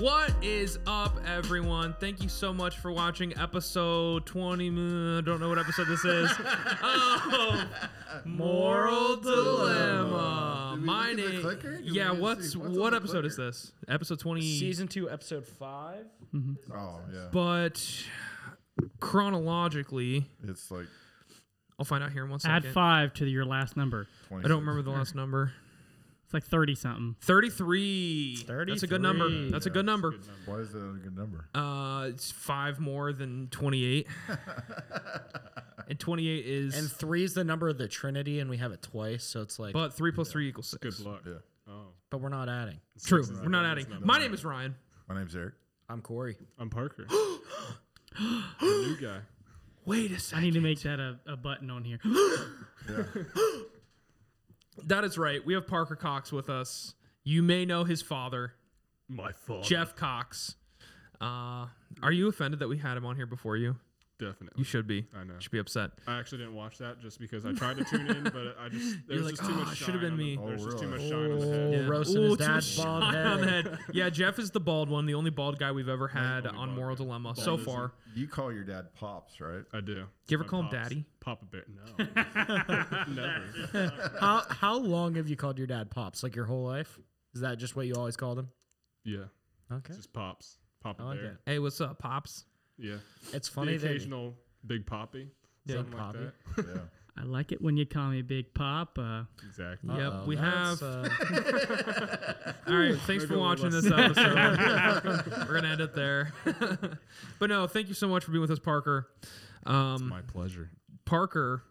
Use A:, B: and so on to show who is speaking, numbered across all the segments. A: What is up, everyone? Thank you so much for watching episode 20. mm, I don't know what episode this is. of Moral Dilemma.
B: Did we
A: My
B: look at the
A: name.
B: clicker? Did we
A: yeah,
B: just
A: what's,
B: see- what's on
A: what
B: the
A: episode is
B: clicker?
A: this? Episode 20.
C: Season two, episode five.
B: Oh yeah,
A: But chronologically,
B: it's like
A: I'll find out here in one second.
D: Add five to your last number.
B: twenty.
A: I don't remember the last number.
D: It's like thirty something.
A: 33. That's a good number.
C: 33.
A: That's a good number.
B: Why is that a good number?
A: Uh, it's five more than 28. and 28 is.
C: And three is the number of the Trinity, and we have it twice, so it's like, but,
A: but 3 plus 3 equals 6.
E: Good luck.
B: Yeah.
E: Oh,
C: we're not adding.
A: True.
E: Six is
A: We're not
E: not-
A: adding.
E: that's not
A: My
E: bad.
A: name is Ryan.
B: My name's Eric.
C: I'm Corey.
E: I'm Parker. the new guy.
A: Wait a
D: I
A: second.
D: need to make that a, a button on here.
A: That is right. We have Parker Cox with us. You may know his father,
E: My fault.
A: Jeff Cox. Uh, are you offended that we had him on here before you?
E: Definitely.
A: You should be.
E: I know.
A: You should be upset.
E: I actually didn't watch that just because I tried to tune in, but I just there
A: You're
E: was
A: like,
E: just too
A: "Ah,
E: much.
A: should've
E: shine
A: been
E: on
A: me."
E: the- There was just too
B: Oh,
E: much shine on the head.
C: Yeah. roasting
A: Ooh,
C: his
A: too
C: dad's
A: much
C: bald
A: shine
C: head.
A: on that. Yeah, Jeff is the bald one, the only bald guy we've ever had
E: only
A: on
E: bald
A: Moral
E: guy.
A: Dilemma
E: Bald
A: so
E: isn't-
A: far.
B: You call your dad pops, right?
E: I do.
A: you ever
E: My
A: call him
E: pops.
A: daddy?
E: Papa Bear? No. Never.
C: How how long have you called your dad pops? Like your whole life? Is that just what you always called him?
E: Yeah.
C: Okay,
E: It's just pops. Papa
C: I like
E: Bear.
C: it.
A: Hey, what's up, pops?
E: Yeah.
C: it's
E: the
C: funny that
E: occasional big poppy.
A: Yeah.
E: something
C: Poppy.
E: like
B: Yeah.
E: that.
D: I like it when you call me Big Papa.
E: exactly.
A: Yep,
C: Uh-oh,
A: we
C: that's,
A: have.
C: uh,
A: All right, thanks for
E: maybe a little
A: watching
E: less.
A: this episode. We're gonna end it there. but no, thank you so much for being with us, Parker. Um,
E: My pleasure.
A: Parker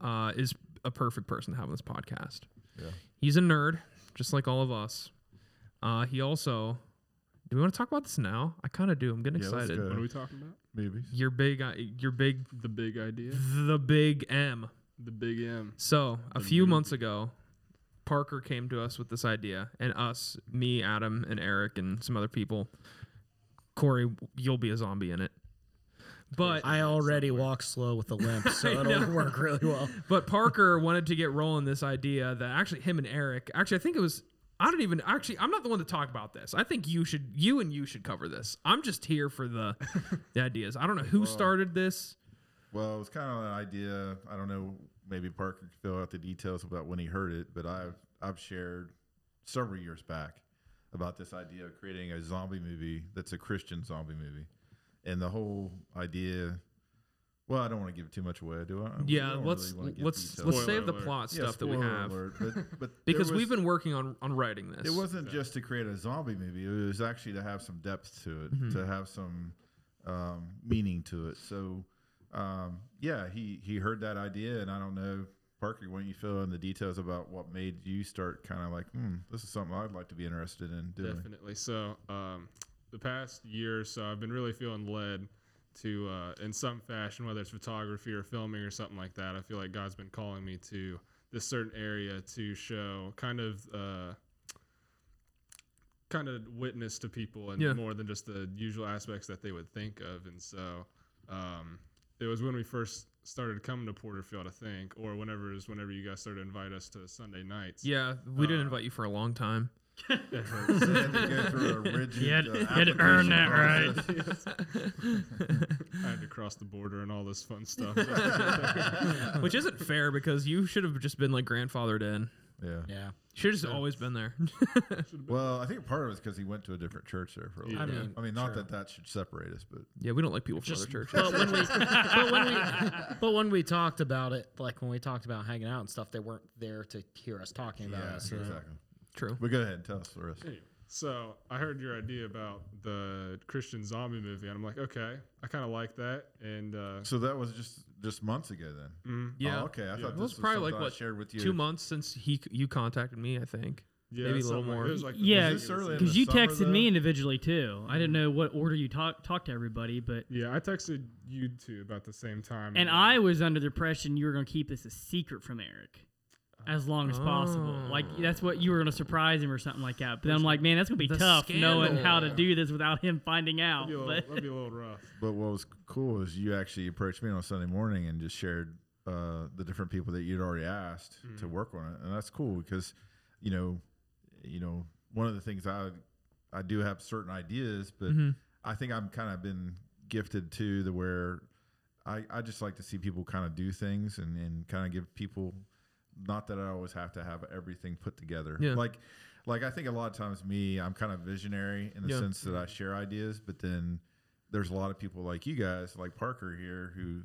A: uh, is a perfect person to have on this podcast.
B: Yeah.
A: He's a nerd, just like all of us. Uh, he also. Do we want to talk about this now? I kind of do. I'm getting
B: Yeah, let's
A: excited.
B: go.
E: What are we talking about?
B: Movies.
A: Your big, uh, your big,
E: The big idea.
A: the big M.
E: The big M.
A: So a few months ago, Parker came to us with this idea, and us, me, Adam, and Eric, and some other people. Corey, you'll be a zombie in it. But
C: I already walk slow with a limp, so it'll work really well.
A: but Parker wanted to get rolling this idea that actually him and Eric actually I think it was I don't even actually I'm not the one to talk about this. I think you should you and you should cover this. I'm just here for the, the ideas. I don't know who started this.
B: Well, it was kind of an idea. I don't know. Maybe Parker could fill out the details about when he heard it, but I've I've shared several years back about this idea of creating a zombie movie that's a Christian zombie movie, and the whole idea. Well, I don't want to give too much away, do I? We
A: Yeah,
B: don't really
A: let's
B: wanna give
A: let's
B: details.
A: let's
E: Spoiler
A: save the
E: alert.
A: plot
B: Yeah,
A: stuff that we
B: spoiler
A: have
B: alert, but, but there
A: because
B: was-
A: we've been working on on writing this.
B: It wasn't just to create a zombie movie. It was actually to have some depth to it,
C: Mm-hmm.
B: to have some um, meaning to it. So, um, yeah, he he heard that idea, and I don't know, Parker, why don't you fill in the details about what made you start kind of like, hmm, this is something I'd like to be interested in doing.
E: Definitely. So, um, the past year or so, I've been really feeling led to, uh, in some fashion, whether it's photography or filming or something like that. I feel like God's been calling me to this certain area to show kind of. Uh, kind of witness to people and
A: Yeah.
E: more than just the usual aspects that they would think of and so um, it was when we first started coming to porterfield i think or whenever it was whenever you guys started to invite us to sunday nights
A: Yeah, we
B: Uh,
A: didn't invite you for a long time.
B: So you had to go through a rigid,
D: You had,
B: uh,
D: you had to earn
B: application
D: that right.
B: process.
E: I had to cross the border and all this fun stuff.
A: Which isn't fair because you should have just been like grandfathered in.
B: Yeah.
C: Yeah,
A: Should have just always been there.
B: Well, I think part of it's because he went to a different church there for a long
C: I
B: time.
C: mean,
B: I mean, not
C: sure.
B: that that should separate us, but
A: yeah, we don't like people from
C: Just-
A: other churches.
C: but when we, but when we, but when we talked about it, like when we talked about hanging out and stuff, they weren't there to hear us talking about
B: yeah,
C: it. So
B: exactly.
A: True.
B: But go ahead and tell us the rest.
E: Anyway, so I heard your idea about the Christian zombie movie, and I'm like, okay, I kind of like that. And uh,
B: So that was just just months ago then.
A: Mm. Yeah.
B: Oh, okay. I thought
A: It
B: this
A: was
B: was
A: probably
B: something
A: like
B: I
A: what
B: shared with you.
A: two months since he you contacted me. I think.
E: yeah,
A: Maybe a
E: so
A: little
E: I'm like-
A: more.
E: it was like the
D: Yeah,
E: beginning
B: Is this
E: of the
B: early in
E: season.
B: the
D: Because you
B: summer,
D: texted
B: though?
D: me individually too. I didn't know what order you talked talked to everybody, but
E: Yeah, I texted you two about the same time.
D: and I was under the impression you were going to keep this a secret from Eric as long as possible. Like that's what you were going to surprise him or something like that. But then I'm like, man, that's going to be
A: The
D: tough knowing how to
A: scandal.
D: do this without him finding out.
E: that'd be, a little,
D: But
E: that'd be a little rough.
B: But what was cool is you actually approached me on Sunday morning and just shared uh, the different people that you'd already asked
A: Mm.
B: to work on it, and that's cool because, you know, you know, one of the things I I do have certain ideas, but
A: Mm-hmm.
B: I think I'm kind of been gifted to the where I, I just like to see people kind of do things and, and kind of give people not that I always have to have everything put together.
A: Yeah.
B: Like like I think a lot of times me, I'm kind of visionary in the
A: Yeah.
B: sense that I share ideas, but then there's a lot of people like you guys, like Parker here, who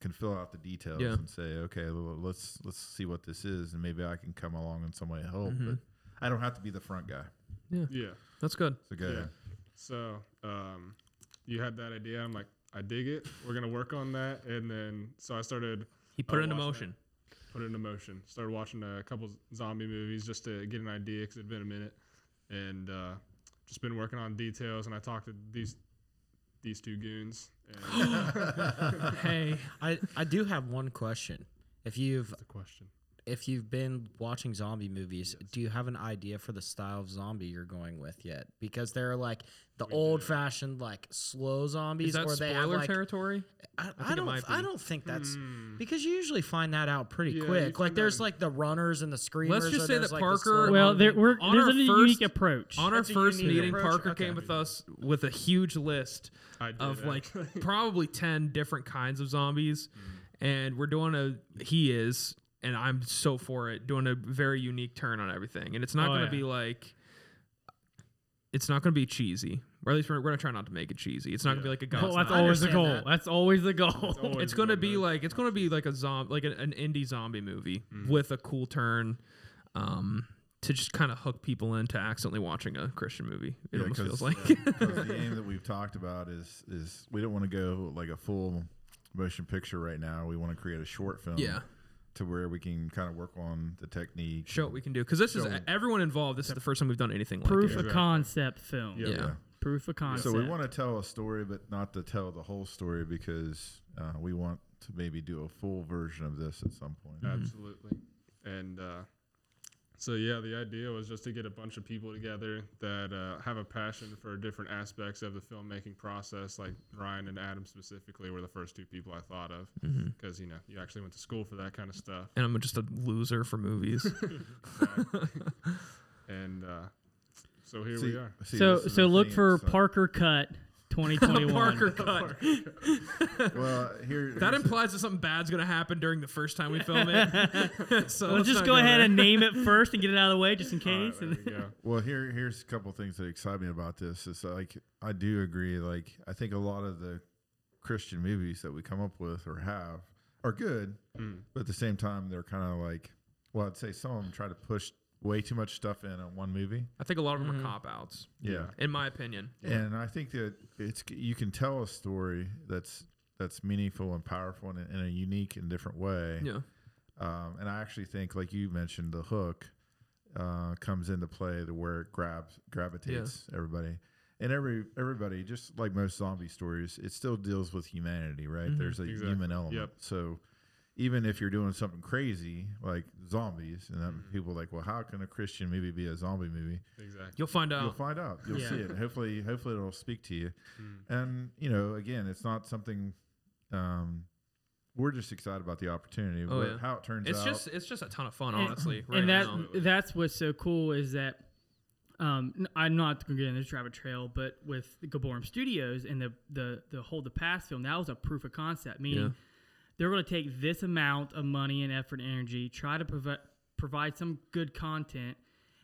B: can fill out the details
A: Yeah.
B: and say, okay, well, let's let's see what this is, and maybe I can come along in some way to help.
A: Mm-hmm.
B: But I don't have to be the front guy.
E: Yeah.
A: That's good.
B: So go
E: Yeah.
B: ahead.
E: So um, you had that idea. I'm like, I dig it. We're gonna work on that. And then so I started
A: He put
E: Oh,
A: it into
E: watch that.
A: motion.
E: put it into motion. Started watching a couple zombie movies just to get an idea because it'd been a minute, and uh, just been working on details. And I talked to these these two goons. And
A: Hey,
C: I, I do have one question. If you've
E: the question.
C: if you've been watching zombie movies, do you have an idea for the style of zombie you're going with yet? Because they're like the old fashioned like slow zombies,
A: is that
C: or they have
A: spoiler
C: like
A: territory?
C: I,
A: think
C: I
A: it
C: don't
A: might
C: I
A: be.
C: don't think that's
E: Hmm.
C: because you usually find that out pretty
E: Yeah, you
C: quick. Like
E: find
C: there's
E: out-
C: like the runners and the screamers.
A: just
C: or
A: say
C: there's,
A: that
C: like, the
A: Parker-
C: slow-
A: Well,
D: Well, there, we're,
A: on
D: there's
A: our
D: a
A: first-
D: unique approach.
A: On our
C: That's a
A: first
C: unique
A: meeting,
C: approach.
A: Parker
C: Okay.
A: came with us with a huge list
E: I did
A: of like
E: actually.
A: probably 10 different kinds of zombies.
D: Mm-hmm.
A: And we're doing a, he is, and I'm so for it, doing a very unique turn on everything. And it's not
D: Oh,
A: going to
D: yeah.
A: be like, it's not going to be cheesy. Or at least we're, we're going to try not to make it cheesy. It's not going to be like a Godzilla.
D: Well, that's
C: I
D: always the
C: understand
D: goal.
C: that.
D: That's always the goal.
E: always
A: it's gonna
E: been
A: be
E: that.
A: like it's gonna be like a zombie, like an, an indie zombie movie with a cool turn, um, to just kind of hook people into accidentally watching a Christian movie. It almost feels like
B: because the aim that we've talked about is is we don't want to go like a full motion picture right now. We want to create a short film.
A: Yeah.
B: To where we can kind of work on the technique.
A: show what we can do because this is e,
B: Show 'em.
A: everyone involved. This is the first time we've done anything like
D: Proof
A: it.
D: of concept film.
A: Yeah.
B: Yeah.
D: Proof of concept.
B: So we want to tell a story, but not to tell the whole story because uh, we want to maybe do a full version of this at some
A: Mm.
B: point.
E: Absolutely. And uh, so, yeah, the idea was just to get a bunch of people together that uh, have a passion for different aspects of the filmmaking process. Like Ryan and Adam specifically were the first two people I thought of because, you know, you actually went to school for that kind of stuff.
A: Mm-hmm. And I'm just a loser for movies.
E: And uh, so here we
B: See-
E: are.
B: see,
D: so
B: this is
D: so
B: the
D: look
B: thing,
D: for
B: it's like-
D: Parker Cut 2021.
A: Parker cut.
B: Well, here
A: That
B: here's the-
A: implies that something bad's gonna happen during the first time we film it. so
D: We'll
A: let's
D: just
A: not
D: go ahead
A: there.
D: and name it first and get it out of the way just in
E: All right,
D: case.
E: there
D: and
E: you go.
B: Well, here here's a couple things that excite me about this. It's like I do agree. Like I think a lot of the Christian movies that we come up with or have are good, but at the same time they're kind of like, well, I'd say some of them try to push way too much stuff in on one movie.
A: I think a lot of them are cop outs,
B: Yeah,
A: in my opinion.
B: and I think that it's you can tell a story that's that's meaningful and powerful in, a- in a unique and different way.
A: Yeah.
B: Um, and I actually think, like you mentioned, the hook uh, comes into play to where it grabs gravitates everybody. And every everybody, just like most zombie stories, it still deals with humanity, right?
A: Mm-hmm.
B: There's a
E: Exactly.
B: human element.
E: Yep.
B: So even if you're doing something crazy like zombies, and then
A: Mm-hmm.
B: people are like, well, how can a Christian movie be a zombie movie?
E: Exactly.
A: You'll find
B: You'll
A: out.
B: find out. You'll
D: Yeah.
B: see it. Hopefully, hopefully it'll speak to you.
A: Mm.
B: And you know, again, it's not something. Um, we're just excited about the opportunity.
A: Oh,
B: what-
A: yeah.
B: How it turns
A: It's
B: out.
A: just it's just a ton of fun,
D: And-
A: honestly.
D: and,
A: right
D: that
A: now.
D: that's what's so cool is that um, n- I'm not gonna get into this rabbit trail, but with Gaborm Studios and the the the hold the pass film, that was a proof of concept. Meaning
A: Yeah.
D: they're gonna take this amount of money and effort and energy, try to provide provide some good content,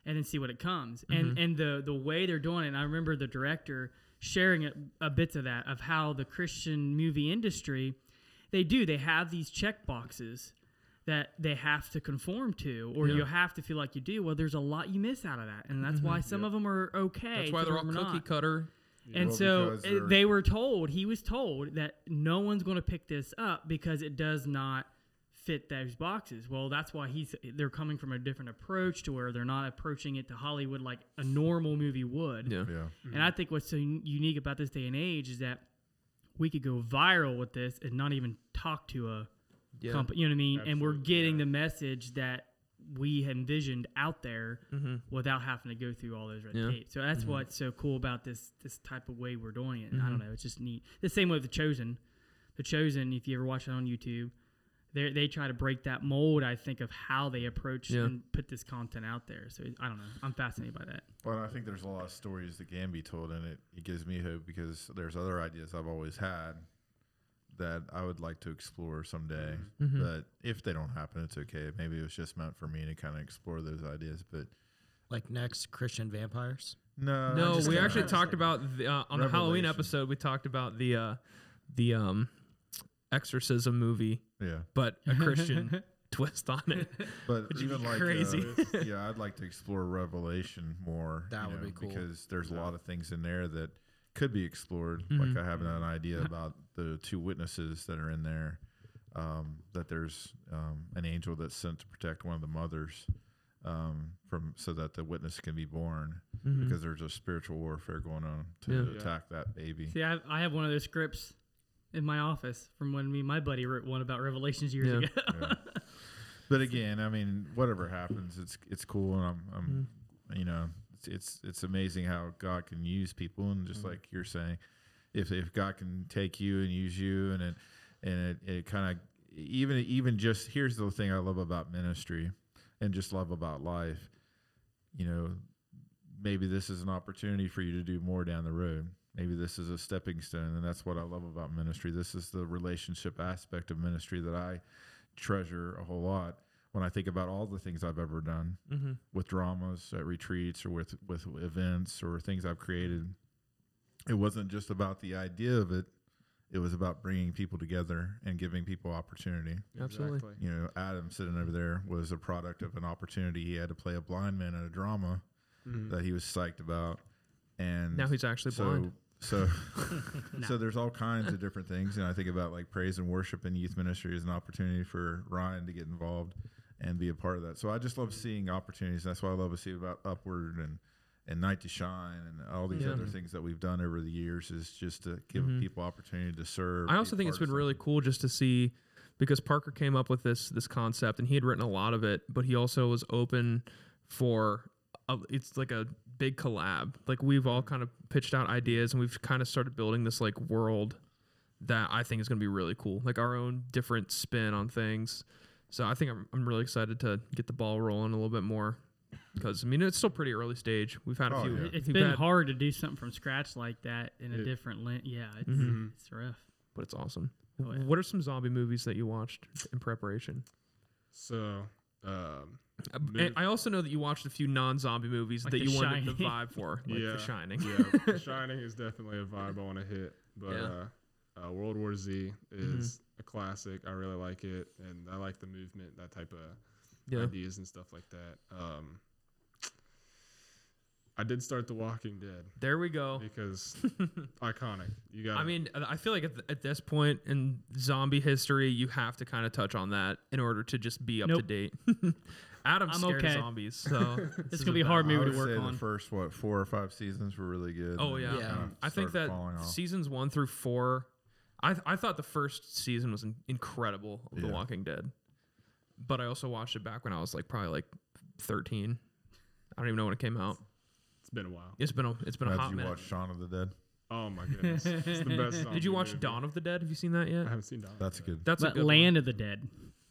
D: and then see what it comes.
A: Mm-hmm.
D: And and the the way they're doing it, and I remember the director sharing a, a bits of that of how the Christian movie industry they do they have these check boxes that they have to conform to or you have to feel like you do well there's a lot you miss out of that and that's why some of them are okay
A: Mm-hmm. That's why
D: some
A: they're all
D: of 'em
A: cookie
D: are not.
A: cutter.
D: and
B: Well,
D: so
B: because
D: uh,
B: they're-
D: they were told he was told that no one's going to pick this up because it does not fit those boxes well that's why he's they're coming from a different approach to where they're not approaching it to hollywood like a normal movie would
A: Yeah.
B: yeah.
D: and I think what's so un- unique about this day and age is that we could go viral with this and not even talk to a
A: Yeah.
D: company. You know what I mean? and we're
E: Absolutely,
D: getting
E: yeah.
D: the message that we had envisioned out there without having to go through all those red
A: Mm-hmm. Yeah. Mm-hmm.
D: tape. So that's what's so cool about this this type of way we're doing it. And I don't know, it's just neat. The same way with the Chosen. The Chosen, if you ever watch it on YouTube, they they try to break that mold. I think of how they approach
A: Yeah.
D: and put this content out there. So I don't know. I'm fascinated by that.
B: Well, I think there's a lot of stories that can be told, and it, it gives me hope because there's other ideas I've always had that I would like to explore someday.
A: Mm-hmm.
B: But if they don't happen, it's okay. Maybe it was just meant for me to kind of explore those ideas. But
C: Like next Christian vampires.
B: no,
A: No,
B: uh, just
A: we
B: kinda-
A: actually talked about the, uh, on the Halloween
B: Revelation.
A: episode. We talked about the uh, the um, exorcism movie,
B: Yeah,
A: but a Christian twist on it.
B: but
A: you
B: even
A: be
B: like
A: crazy?
B: uh, yeah, I'd like to explore Revelation more.
C: That
B: you
C: would be cool.
B: because there's a lot of things in there that could be explored.
A: Mm-hmm.
B: Like I have an idea about the two witnesses that are in there. Um, that there's um, an angel that's sent to protect one of the mothers um, from so that the witness can be born
A: Mm-hmm.
B: because there's a spiritual warfare going on to
A: Yeah.
E: Yeah.
B: attack that baby.
D: See, I have, I have one of those scripts in my office from when me and my buddy wrote one about Revelations years
A: Yeah.
D: ago.
B: Yeah. But again, I mean, whatever happens, it's it's cool, and I'm, I'm you know, it's, it's it's amazing how God can use people, and just like you're saying, if if God can take you and use you, and it and it, it kind of even even just here's the thing I love about ministry, and just love about life, you know, maybe this is an opportunity for you to do more down the road. Maybe this is a stepping stone, and that's what I love about ministry. This is the relationship aspect of ministry that I treasure a whole lot when I think about all the things I've ever done
A: Mm-hmm.
B: with dramas at retreats or with with events or things I've created. It wasn't just about the idea of it; it was about bringing people together and giving people opportunity.
A: Absolutely.
E: Exactly.
B: You know, Adam sitting over there was a product of an opportunity he had to play a blind man in a drama that he was psyched about, and
A: Now he's actually
B: so,
A: blind.
B: So, so there's all kinds of different things, and I think about like praise and worship and youth ministry is an opportunity for Ryan to get involved and be a part of that. So I just love seeing opportunities. That's why I love to see about Upward and and Night to Shine and all these
A: Yeah. Mm-hmm.
B: other things that we've done over the years is just to give people opportunity to serve.
A: I
B: be
A: also
B: a
A: think it's
B: part of
A: been really cool just to see because Parker came up with this this concept and he had written a lot of it, but he also was open for a, it's like a big collab. Like we've all kind of pitched out ideas and we've kind of started building this like world that I think is going to be really cool. Like our own different spin on things. So I think I'm, I'm really excited to get the ball rolling a little bit more because I mean it's still pretty early stage. We've had a
B: Oh,
A: few.
B: yeah.
D: It- It's
A: we've
D: been
A: had-
D: hard to do something from scratch like that in a
E: It-
D: different lens. Yeah, it's,
A: Mhm.
D: it's rough.
A: but it's awesome.
D: Oh, yeah.
A: What are some zombie movies that you watched in preparation?
E: So, um,
A: Uh,
E: Mov-
A: and I also know that you watched a few non-zombie movies
D: Like
A: that
D: The
A: you wanted the
D: Shining.
A: vibe for, like
E: Yeah.
A: The Shining.
E: yeah, The Shining is definitely a vibe I want to hit. But
A: Yeah.
E: uh, uh, World War Z is a classic. I really like it, and I like the movement, that type of
A: Yeah.
E: ideas and stuff like that. Um, I did start The Walking Dead
A: There we go.
E: because iconic. You got.
A: Oh. I mean, I feel like at, th- at this point in zombie history, you have to kind of touch on that in order to just be up
D: Nope.
A: to date. Adam's
D: I'm
A: scared
D: okay.
A: of zombies, so
D: It's
A: is
D: gonna be a hard
B: I
D: movie to
B: would say The
D: work on.
B: first what four or five seasons were really good.
A: Oh
B: and
A: yeah,
B: then
C: Yeah.
B: kinda
A: I think
B: started
A: that
B: falling off.
A: seasons one through four. I th- I thought the first season was in- incredible of The
B: Yeah.
A: Walking Dead, but I also watched it back when I was like probably like thirteen. I don't even know when it came out.
E: it's been a while.
A: It's been a it's been a
B: Now,
A: hot
B: did you
A: minute.
B: watch Shaun of the Dead?
E: Oh my goodness, it's the best.
A: Did you
E: zombie
A: watch
E: movie.
A: Dawn of the Dead? Have you seen that yet?
E: I haven't seen Dawn. of
B: That's
E: the
B: good.
A: That's a
D: But
A: good
D: Land of the Dead.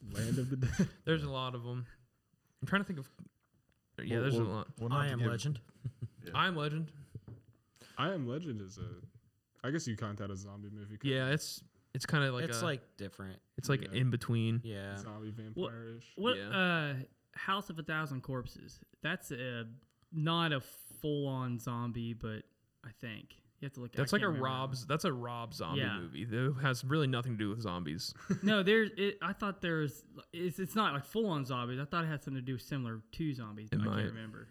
E: Dead. Land of the Dead.
A: One. There's a lot of them. I'm trying to think of. Yeah,
B: Well,
A: there's
B: well-
A: a lot.
B: well, not
C: I
B: to
C: am
B: give-
C: legend.
A: I'm Legend.
E: I Am Legend is a. I guess you count that as a zombie movie. 'cause
A: Yeah, it's it's kind of like
C: it's
A: a-
C: like different.
A: it's like
E: yeah.
A: in between.
C: Yeah.
E: zombie vampire ish.
D: What
A: Yeah.
D: uh House of a Thousand Corpses. That's a not a full on zombie, but I think. You have to look at
A: That's
D: I
A: like
D: can't
A: a
D: remember.
A: Rob's. That's a Rob zombie
D: Yeah.
A: movie. That has really nothing to do with zombies.
D: No, there's it, I thought there's it's, it's not like full on zombies. I thought it had something to do similar to zombies, but
A: It
D: I
A: might.
D: can't remember.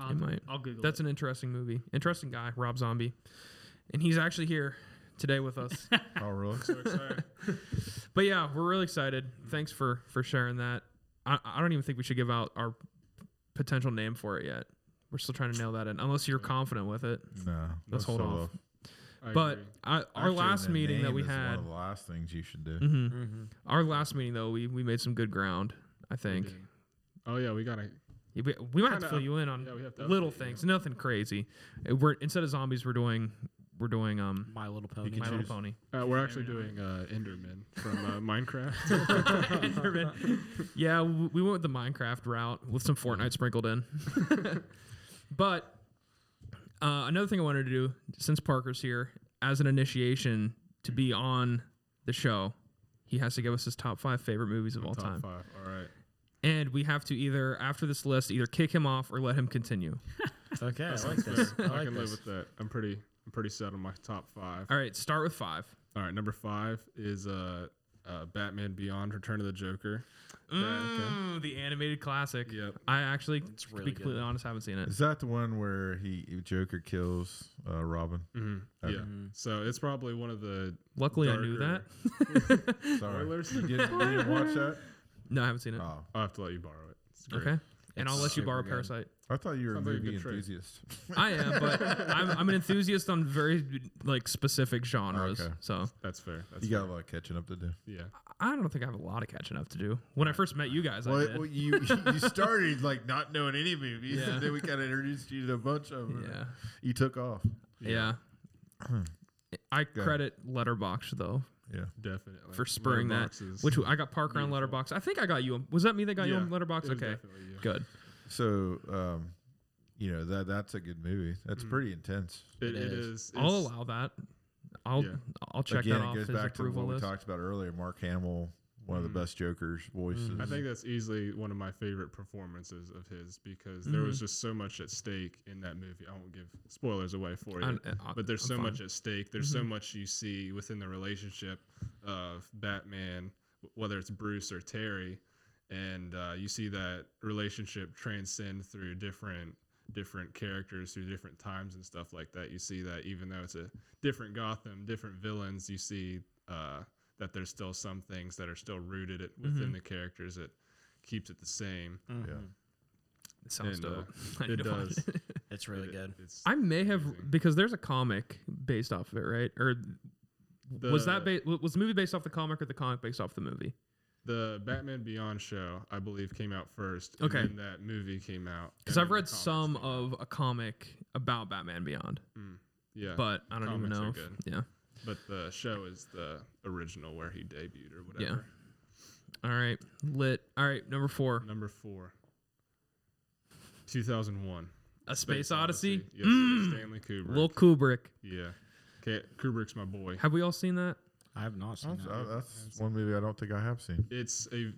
D: I'll,
A: It might.
D: I'll Google
A: That's
D: it.
A: an interesting movie. Interesting guy, Rob Zombie, and he's actually here today with us.
B: Oh, really?
E: So excited.
A: but yeah, we're really excited. Thanks for for sharing that. I, I don't even think we should give out our potential name for it yet. We're still trying to nail that in, unless you're confident with it.
B: No,
A: Let's hold
B: sell
A: off.
B: off.
E: I
A: But
E: agree.
A: I, our
B: Actually,
A: last
B: the
A: meeting that
B: name
A: we
B: is
A: had,
B: One of the last things you should do.
A: Mhm.
C: Mm-hmm.
A: our last meeting though, we we made some good ground. I think
E: did. Oh yeah, we gotta.
A: Yeah, we, we might have to
E: Kinda
A: fill
E: up-
A: you in on
E: yeah, we have to
A: little
E: update you.
A: things, nothing crazy. Uh, We're instead of zombies, we're doing we're doing um
C: My Little Pony.
A: My Little
B: choose.
A: Pony.
E: Uh, we're actually doing uh, Enderman from uh, Minecraft.
A: Yeah, w- we went with the Minecraft route with some Fortnite sprinkled in. but uh, another thing I wanted to do since Parker's here as an initiation to be on the show, he has to give us his top five favorite movies of all
E: Top
A: time,
E: five. All right.
A: and we have to either after this list either kick him off or let him continue.
C: Okay, I like
E: Sounds
C: this.
E: fair.
C: I
E: I,
C: like
E: can live
C: this.
E: with that. I'm pretty. I'm pretty set on my top five.
A: All right, start with five.
E: All right, number five is uh, uh, Batman Beyond: Return of the Joker.
A: Mm, The animated classic.
E: Yep.
A: I actually, to
C: really
A: be
C: good.
A: completely honest, haven't seen it.
B: Is that the one where he Joker kills uh, Robin?
E: hmm
B: Okay.
E: Yeah.
C: Mm-hmm.
E: So it's probably one of the
A: Luckily, I knew that.
E: darker-
B: Sorry,
E: Spoilers.
B: you didn't, you didn't watch that.
A: No, I haven't seen it.
B: Oh,
E: I'll have to let you borrow it. It's great.
A: okay, and I'll
C: It's
A: let you
C: super
A: borrow
C: good.
A: Parasite.
B: I thought you were
E: Sounds
B: a
E: like a
B: movie
E: good trade.
B: enthusiast.
A: I am, but I'm, I'm an enthusiast on very like specific genres.
B: Okay.
A: So
E: That's fair. That's
B: you got
E: fair.
B: a lot of catching up to do.
E: Yeah.
A: I don't think I have a lot of catching up to do. When I first met you guys, I
B: Well,
A: did.
B: well, you you started like not knowing any movies,
A: Yeah.
B: and then we kind of introduced you to a bunch of them.
A: yeah,
B: You took off.
A: yeah. I
B: ahead.
A: credit Letterbox though
B: Yeah.
E: Definitely.
A: for spurring that.
E: Letterboxd is-
A: Which I got Parker on
E: beautiful.
A: Letterbox. I think I got you. On, was that me that got you
E: Yeah,
A: on Letterbox?
E: it was
A: Okay,
E: definitely you.
A: good.
B: So, um, you know that that's a good movie. That's pretty intense.
E: It,
C: It
E: it
C: is.
E: is.
A: I'll
E: it's-
A: allow that. I'll
E: Yeah.
A: I'll check
B: Again,
A: that off
B: it goes
A: his
B: back to
A: approval
B: what we
A: list. Mm-hmm.
B: talked about earlier. Mark Hamill, one of the best Joker's voices.
E: I think that's easily one of my favorite performances of his because there
A: Mm-hmm.
E: was just so much at stake in that movie. I won't give spoilers away for you,
A: I'm- I-
E: but there's
A: I'm
E: so
A: fine. Mm-hmm.
E: much at stake. There's so much you see within the relationship of Batman, w- whether it's Bruce or Terry, and uh, you see that relationship transcend through different different characters through different times and stuff like that. You see that even though it's a different Gotham, different villains, you see uh, that there's still some things that are still rooted it, within
A: Mm-hmm.
E: the characters. It keeps it the same.
B: Yeah.
A: It sounds
E: and, uh,
A: dope. I need
E: it
A: to watch
E: does.
C: It's really
E: It-
C: good.
E: It's
A: I may
E: Amazing.
A: have because there's a comic based off of it, right? Or was that
E: The-
A: ba- w- was the movie based off the comic or the comic based off the movie?
E: the Batman Beyond show, I believe, came out first.
A: Okay.
E: And then that movie came out.
A: Because
E: and
A: I've
E: then the
A: read
E: comics
A: some
E: came out.
A: of a comic about Batman Beyond,
E: Mm, yeah. But,
A: but I don't even
E: comics are
A: know. if-
E: good.
A: yeah.
E: the show is the original where he debuted or
A: Yeah.
E: whatever.
A: All right. Lit. All right. Number four.
E: Number four. 2001.
A: A Space, Odyssey.
E: Yes,
A: Mm.
E: Stanley Kubrick.
A: Lil Kubrick.
E: Yeah. Okay, Kubrick's my boy.
A: Have we all seen that?
C: I have not seen
B: That's,
C: that.
B: uh, that's one movie I don't think I have seen.
E: It's a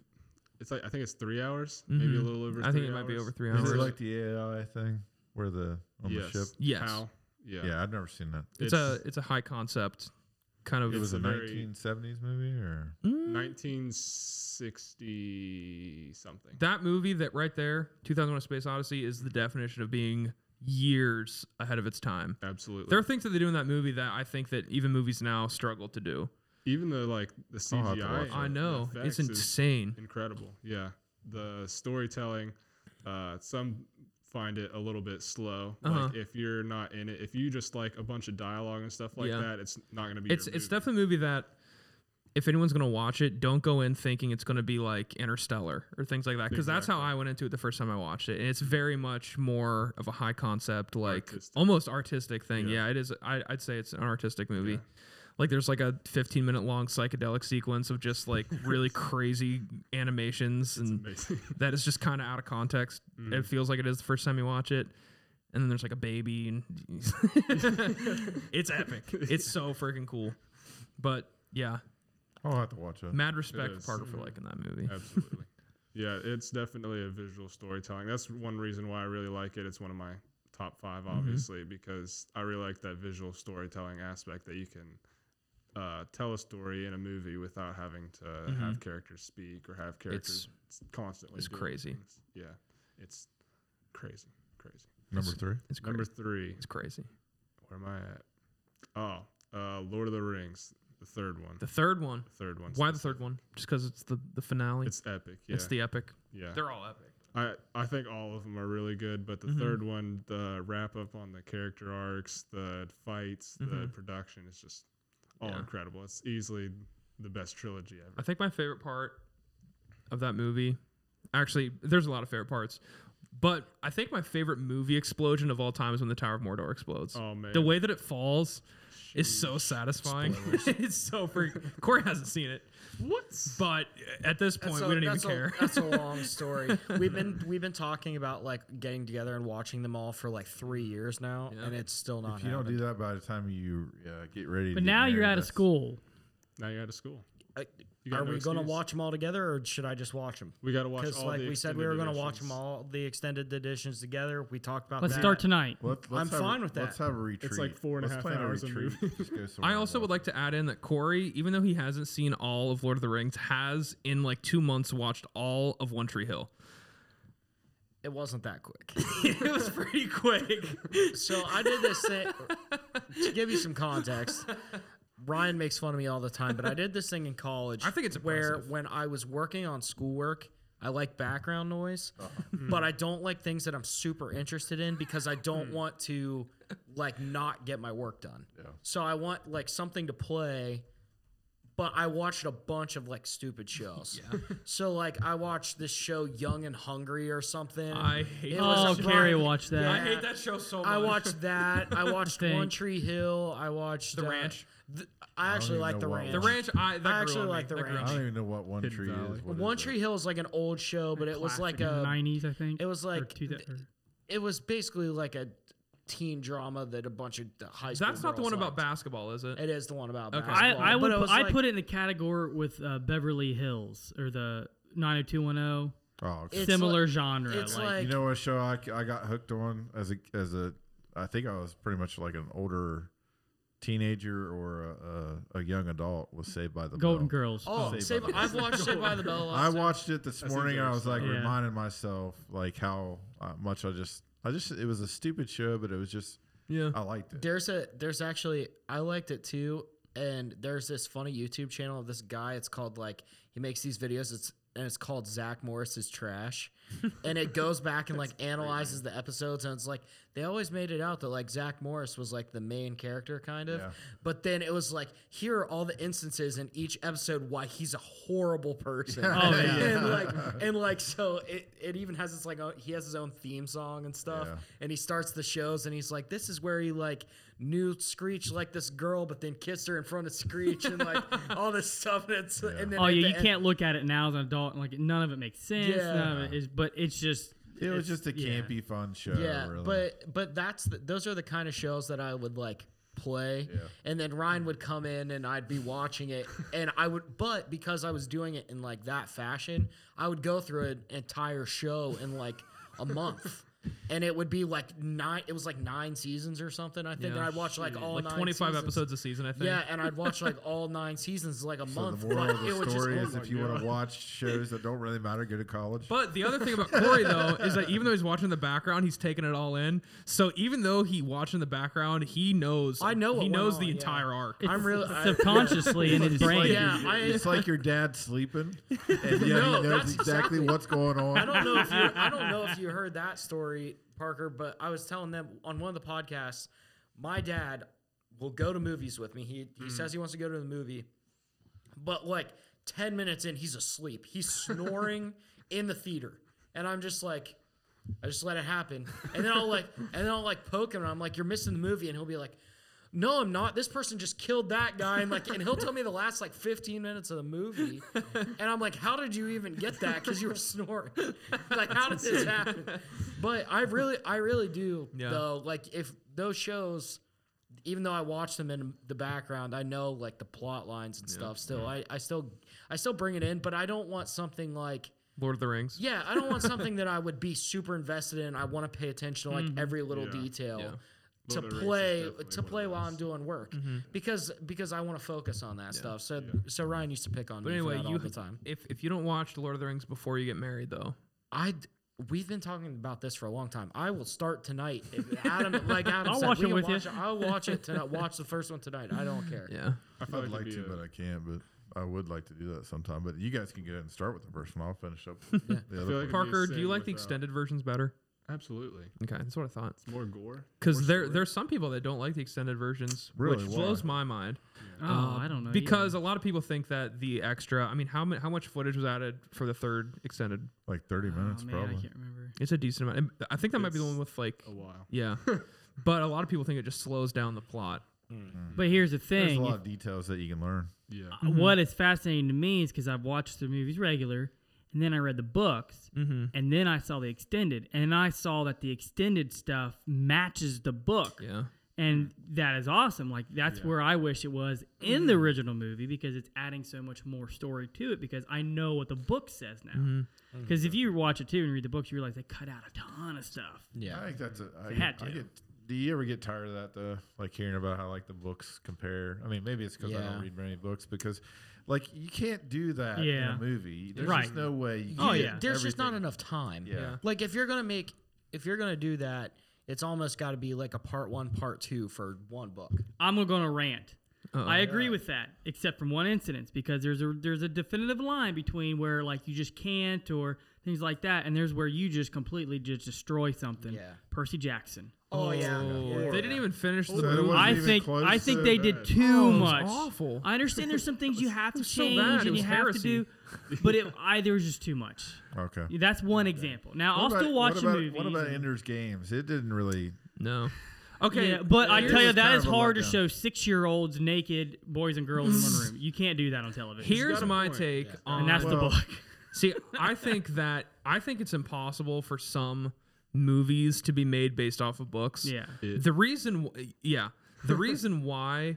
E: it's like I think it's 3 hours, maybe a
A: Mhm.
E: little over
A: I
E: 3
A: think it might be
E: hours.
A: over three
B: Is
A: hours.
B: it like the AI thing where the on
E: yes.
B: the ship?
A: Yes.
E: How? Yeah.
B: Yeah. I've never seen that.
A: it's, a it's a high concept kind of.
B: It was
E: a
B: a
E: very-
B: 1970s movie, or
A: Mm.
E: 1960 something.
A: that movie that right there, 2001: A Space Odyssey, is the definition of being years ahead of its time.
E: Absolutely.
A: There are things that they do in that movie that I think that even movies now struggle to do.
E: Even the like the
B: I'll have
E: CGI.
B: to watch it.
A: I
E: and
A: know it's
E: effects is
A: insane.
E: incredible. Yeah, the storytelling. Uh, some find it a little bit slow.
A: Uh-huh.
E: Like if you're not in it, if you just like a bunch of dialogue and stuff like
A: Yeah.
E: that, it's not gonna be.
A: It's
E: your
A: it's
E: movie.
A: definitely a movie that if anyone's gonna watch it, don't go in thinking it's gonna be like Interstellar or things like that because that's how I went into it the first time I watched it, and it's very much more of a high concept, like
E: Artistic.
A: almost artistic thing. Yeah, it is. I, I'd say it's an artistic movie. Like there's like a 15 minute long psychedelic sequence of just like really crazy animations and
E: amazing.
A: that is just kind of out of context.
E: Mm.
A: It feels like it is the first time you watch it. And then there's like a baby, and it's epic. It's so freaking cool. But yeah,
B: Oh, I'll have to watch uh, it.
A: mad respect for
E: is.
A: Parker for liking that movie.
E: Absolutely. yeah, it's definitely a visual storytelling. That's one reason why I really like it. It's one of my top five,
A: Mm-hmm.
E: obviously, because I really like that visual storytelling aspect that you can uh, tell a story in a movie without having to have characters speak or have characters constantly.
A: Mm-hmm. it's
E: doing
A: crazy.
E: things. Yeah, it's crazy, crazy.
B: Number three.
A: It's crazy.
E: Number three,
A: it's crazy.
E: where am I at? Oh, uh, Lord of the Rings, the third one.
A: The third one.
E: The third one.
A: Why the third one? Just because it's the the finale. It's,
E: It's epic. Yeah.
A: the epic.
E: yeah.
A: They're all epic.
E: I, I think all of them are really good, but the
C: Mm-hmm.
E: third one, the wrap up on the character arcs, the fights,
C: Mm-hmm.
E: the production is just all
A: Yeah.
E: incredible. It's easily the best trilogy
A: I
E: ever.
A: think my favorite part of that movie, actually, there's a lot of favorite parts. But I think my favorite movie explosion of all time is when the Tower of Mordor explodes.
E: Oh, man.
A: the way that it falls is so satisfying. it's so freaking. Corey hasn't seen it,
E: What?
A: but at this point, we don't even
C: that's
A: care.
C: A, that's a long story. We've been we've been talking about like getting together and watching them all for like three years now, and it's still not.
B: If you don't do
C: happened.
B: that by the time you uh, get ready,
D: But now you're out of school.
E: Now you're out of school.
C: Uh,
E: You got
C: Are
E: no
C: we gonna
E: excuse.
C: watch them all together, or should I just watch them?
E: We got to watch
C: Because
E: all
C: like
E: the
C: we said, we
E: extended
C: were gonna
E: editions.
C: watch them all the extended editions together. We talked about.
D: Let's
C: that.
D: start tonight.
C: I'm fine with
B: Let's
C: that.
B: have a retreat.
E: like four and a
B: let's
E: half
B: plan
E: hours
B: a
E: of
B: retreat.
E: movie.
B: Just go somewhere
A: I
B: and
A: also
B: watch
A: would like to add in that Corey, even though he hasn't seen all of Lord of the Rings, has in like two months watched all of One Tree Hill.
C: It wasn't that quick.
A: it was pretty quick.
C: So I did this thing to give you some context. Ryan makes fun of me all the time, but I did this thing in college.
A: I think it's
C: where
A: impressive.
C: when I was working on schoolwork, I like background noise,
A: Uh-huh. Hmm.
C: but I don't like things that I'm super interested in because I don't want to like not get my work done. So I want like something to play, but I watched a bunch of like stupid shows. So like I watched this show Young and Hungry or something.
A: I hate
C: It
A: that
C: was
D: Oh,
C: a
D: Carrie
C: Ryan-
D: watched that.
A: I hate that show so much.
C: I watched that. I watched
D: Thing.
C: One Tree Hill. I watched
A: The
C: uh,
A: Ranch.
C: th- I actually
B: even
C: like
B: know
C: the
B: what
C: ranch.
B: one.
A: The Ranch. I, that
C: I
A: grew
C: actually
A: on me.
C: like The
A: That grew on
C: ranch.
B: I
A: me.
B: don't even know what one
E: Hidden
B: tree
E: Valley.
B: is. What is
C: One
B: it?
C: Tree Hill is like an old show, but it was like
D: Classic in the
C: a.
D: 90s, I think.
C: It was
D: Or
C: like
D: two thou- or-
C: it was basically like a teen drama that a bunch of the high school.
A: That's not the
C: girls
A: one about
C: liked.
A: basketball, is it?
C: It is the one about
A: Okay.
D: I,
C: basketball.
D: I would
C: but it
D: pu-
C: was
D: I
C: like-
D: put it in the category with uh, Beverly Hills or the 90210
B: Oh, okay.
C: It's
D: similar
C: like-
D: genre.
C: It's
D: like,
C: like,
B: you know what show I, I got hooked on as a as a I think I was pretty much like an older teenager or a, a, a young adult was Saved by the
D: Golden
B: Bell.
D: Girls.
C: oh,
B: Saved
C: Saved
B: by the
C: I've watched Saved by the Bell.
B: I
C: lots of-
B: watched it this
E: That's
B: morning. and I was like
E: interesting.
D: Yeah.
B: reminding myself like how uh, much I just I just it was a stupid show, but it was just
A: yeah.
B: I liked it.
C: There's a there's actually I liked it too, and there's this funny YouTube channel of this guy. It's called like he makes these videos. It's and it's called Zach Morris's Trash, and it goes back and like analyzes the episodes. And it's like they always made it out that like Zach Morris was like the main character kind of,
B: Yeah.
C: but then it was like here are all the instances in each episode why he's a horrible person.
D: Oh, yeah.
C: and like and like so it, it even has its like own, he has his own theme song and stuff
B: Yeah.
C: and he starts the shows and he's like this is where he like knew screech like this girl but then kissed her in front of screech and like all this stuff and it's and then
D: Oh
C: at
D: yeah,
C: the
D: you
C: end-
D: can't look at it now as an adult and like none of it makes sense.
C: Yeah.
D: None of it is, but it's just
B: It was just a
D: yeah.
B: campy, fun show.
C: yeah
B: really.
C: but but that's the, those are the kind of shows that i would like play
B: Yeah.
C: and then ryan would come in and i'd be watching it and i would but because i was doing it in like that fashion i would go through an entire show in like a month and it would be like nine it was like nine seasons or something i think
A: Yeah.
C: and i'd watch like all
A: Like
C: nine
A: 25
C: seasons.
A: episodes a season, I think.
C: yeah and i'd watch like all nine seasons like a
B: so
C: month
B: the moral
C: but
B: of
C: it
B: the
C: was
B: story
C: just oh
B: is if you want to watch shows that don't really matter, go to college.
A: But the other thing about Corey though is that even though he's watching in the background, he's taking it all in. So even though he watched in the background, he knows.
C: I know what
A: he
C: went
A: knows
C: on,
A: the
C: yeah.
A: entire arc.
D: it's
C: I'm really- I-
D: subconsciously in his
B: It's like
D: brain.
C: Yeah,
B: your-
C: I-
B: it's like your dad sleeping, and yeah,
C: No,
B: he
C: that's
B: knows exactly
C: exactly-
B: what's going on.
C: I don't know if you I don't know if you heard that story, Parker, but I was telling them on one of the podcasts, my dad will go to movies with me. He he says he wants to go to the movie, but like 10 minutes in, he's asleep. He's snoring in the theater. And I'm just like, I just let it happen. And then I'll like and then I'll like poke him and I'm like, You're missing the movie, and he'll be like no, I'm not. This person just killed that guy, and like, and he'll tell me the last like 15 minutes of the movie, and I'm like, how did you even get that? Because you were snoring. like, how did this happen? But I really, I really do
A: Yeah.
C: though. Like, if those shows, even though I watch them in the background, I know like the plot lines and stuff. Still, I, I still, I still bring it in, but I don't want something like.
A: Lord of the Rings.
C: Yeah, I don't want something that I would be super invested in. I want to pay attention to
D: Mm-hmm.
C: like every little
E: Yeah.
C: detail
A: Yeah.
C: to
E: Lord of the Rings is
C: play
E: definitely
C: to
E: one of
C: play while
E: those.
C: I'm doing work
D: Mm-hmm.
C: because because I want to focus on that stuff. So so Ryan used to pick on
A: But
C: me for
A: anyway,
C: that
A: you
C: all the time.
A: if if you don't watch Lord of the Rings before you get married though,
C: I we've been talking about this for a long time. I will start tonight. If Adam like Adam
D: I'll
C: said,
D: watch
C: we
D: it
C: can
D: with you.
C: watch I'll watch it tonight. Watch the first one tonight. I don't care.
A: yeah.
E: I feel
B: I'd
E: it'd
B: like
E: be
B: to,
E: a-
B: but I can't. But I would like to do that sometime. But you guys can go ahead and start with the first one. I'll finish up. The
E: feel
B: other
E: like
B: part.
A: Parker, do you
E: sin
A: like the
E: without-
A: extended versions better?
E: absolutely.
A: Okay, that's what I thought.
E: It's more gore.
A: Because there there's some people that don't like the extended versions,
B: Really?
A: which
B: Why?
A: blows my mind.
D: Oh,
A: Um,
D: I don't know.
A: Because
D: either.
A: a lot of people think that the extra. I mean, how many, how much footage was added for the third extended?
B: Like 30
D: Oh,
B: minutes,
D: man, I
B: probably.
D: can't remember.
A: It's a decent amount. And I think that might be the
E: It's
A: one with like.
E: a while.
A: Yeah, but a lot of people think it just slows down the plot.
D: But here's the
B: Mm. There's a
D: thing:
B: lot of details that you can learn.
E: Yeah.
C: Uh,
D: what is fascinating to me is because I've watched the movies regular, and then I read the books, and then I saw the extended, and I saw that the extended stuff matches the book,
A: Yeah.
D: and that is awesome. Like that's
E: Yeah.
D: where I wish it was in the original movie because it's adding so much more story to it because I know what the book says now. Because if you watch it too and read the books, you realize they cut out a ton of stuff.
B: I think that's a. I
D: They
B: get-
D: had
B: I
D: to.
B: get, do you ever get tired of that though? Like hearing about how like the books compare. I mean, maybe it's because I
C: Yeah.
B: don't read many books because, like, you can't do that in
D: Yeah.
B: a movie. There's
D: Right.
B: just no way. You
D: Oh,
B: get
D: yeah.
C: There's just not
B: everything.
C: enough time.
B: Yeah.
A: Yeah.
C: Like if you're gonna make, if you're gonna do that, it's almost got to be like a part one, part two for one book.
D: I'm going to rant.
A: Uh-oh.
D: I agree with that, except from one incident, because there's a there's a definitive line between where like you just can't or things like that, and there's where you just completely just destroy something.
C: Yeah.
D: Percy Jackson.
C: Oh yeah.
A: Oh, they didn't even finish the
B: So it
A: movie.
B: wasn't
D: I
B: even
D: think
B: close
D: I
B: to
D: think they did
B: that.
D: too
A: Oh, it was
D: much.
A: awful.
D: I understand there's some things you have to
A: was so bad.
D: change
A: It
D: and
A: was
D: you have
A: heresy.
D: to do, but it, I there was just too much.
B: Okay.
D: That's one example. Now I'll
B: What about-
D: still watch
B: what
D: the
B: about,
D: movie.
B: What about Ender's Games? It didn't really.
A: No. Okay.
D: Yeah, but I
A: here's-
D: tell you
B: was
D: that
B: kind
D: is
B: of a
D: hard to
B: letdown.
D: show six year olds naked boys and girls in one room. You can't do that on television.
A: Here's
E: got a
A: my
E: point.
A: take on
D: and that's the
B: Well-
D: book.
A: See, I think that I think it's impossible for some movies to be made based off of books.
D: Yeah.
A: The reason, w- yeah, the reason why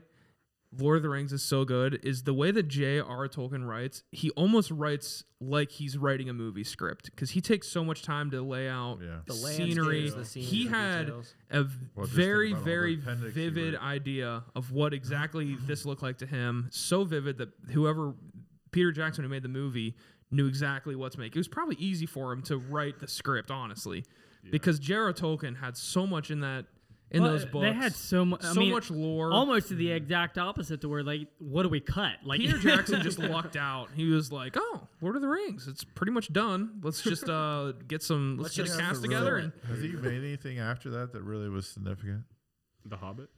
A: Lord of the Rings is so good is the way that J.R. Tolkien writes. He almost writes like he's writing a movie script because he takes so much time to lay out
B: Yeah.
C: The landscapes,
A: scenery.
C: the scenes,
A: he
C: the
A: had
C: details.
A: a v-
B: Well, just think
A: very,
B: about all the
A: very
B: appendix he
A: vivid
B: wrote.
A: idea of what exactly this looked like to him. So vivid that whoever Peter Jackson who made the movie knew exactly what's making. It was probably easy for him to write the script, honestly, because J.R.R. Tolkien had so much in that in
D: Well,
A: those books.
D: They had so much,
A: so much lore.
D: Almost to the exact opposite to where like, what do we cut? Like
A: Peter Jackson just lucked out. He was like, "Oh, Lord of the Rings, it's pretty much done. Let's just uh, get some, let's,
C: Let's
A: get a
C: just
A: cast
C: really-
A: together." And
B: Has he made anything after that that really was significant?
E: The Hobbit.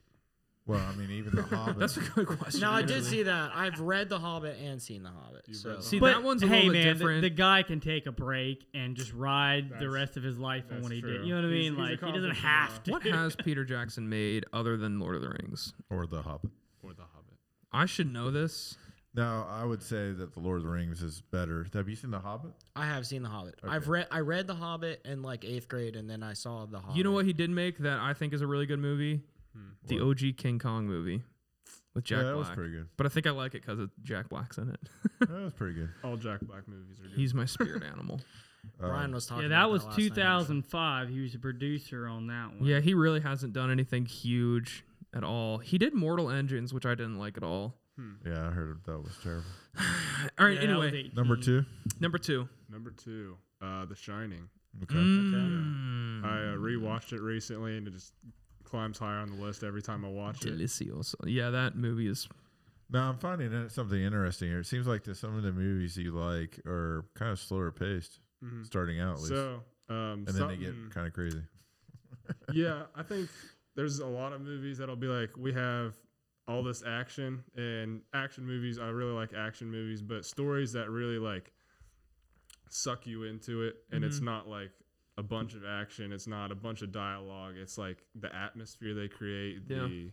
B: Well, I mean, even the Hobbit.
A: that's a good question.
C: No, I
A: actually.
C: did see that. I've read The Hobbit and seen The Hobbit.
E: You've
C: So.
E: read
A: See,
D: But,
A: that one's a
D: hey
A: little bit
D: man, the-
A: different.
D: The, guy can take a break and just ride the
E: That's-
D: rest of his life on
E: that's
D: what he
E: true.
D: did. You know what I
E: He's-
D: mean?
E: he's
D: like he doesn't
E: accomplished
D: have
E: enough.
D: to.
A: What has Peter Jackson made other than Lord of the Rings?
B: or the Hobbit.
E: Or The Hobbit.
A: I should know this.
B: No, I would say that the Lord of the Rings is better. Have you seen the Hobbit?
C: I have seen The Hobbit. I've
B: Okay.
C: read I read The Hobbit in like eighth grade, and then I saw The Hobbit.
A: You know what he did make that I think is a really good movie? The OG King Kong movie with Jack
B: Hmm. yeah, that was
A: Black.
B: pretty good.
A: But I think I like it because Jack Black's in it.
B: That was pretty good.
E: All Jack Black movies are good.
A: He's my spirit animal.
B: Um,
C: Brian was talking.
D: Yeah,
C: about
D: that was
C: last night, actually.
D: 2005. He was a producer on that one.
A: Yeah, he really hasn't done anything huge at all. He did Mortal Engines, which I didn't like at all.
B: Yeah, I heard that was terrible.
A: All
D: Yeah,
A: right,
D: that was
A: anyway,
D: 18.
B: Number two.
A: number two.
E: Number two, uh, The Shining.
B: Okay.
A: Mm,
E: I uh, rewatched it recently, and it just climbs higher on the list every time I watch it.
A: Delicioso. Yeah, that movie is.
B: Now I'm finding it- something interesting here. It seems like that some of the movies you like are kind of slower paced,
E: Mm-hmm.
B: starting out at least,
E: So, um,
B: and then they get
E: something-
B: kind of crazy.
E: yeah, I think there's a lot of movies that'll be like, we have all this action and action movies. I really like action movies, but stories that really like suck you into it. And
A: Mm-hmm.
E: it's not like a bunch of action, it's not a bunch of dialogue. It's like the atmosphere they create,
A: Yeah.
E: the,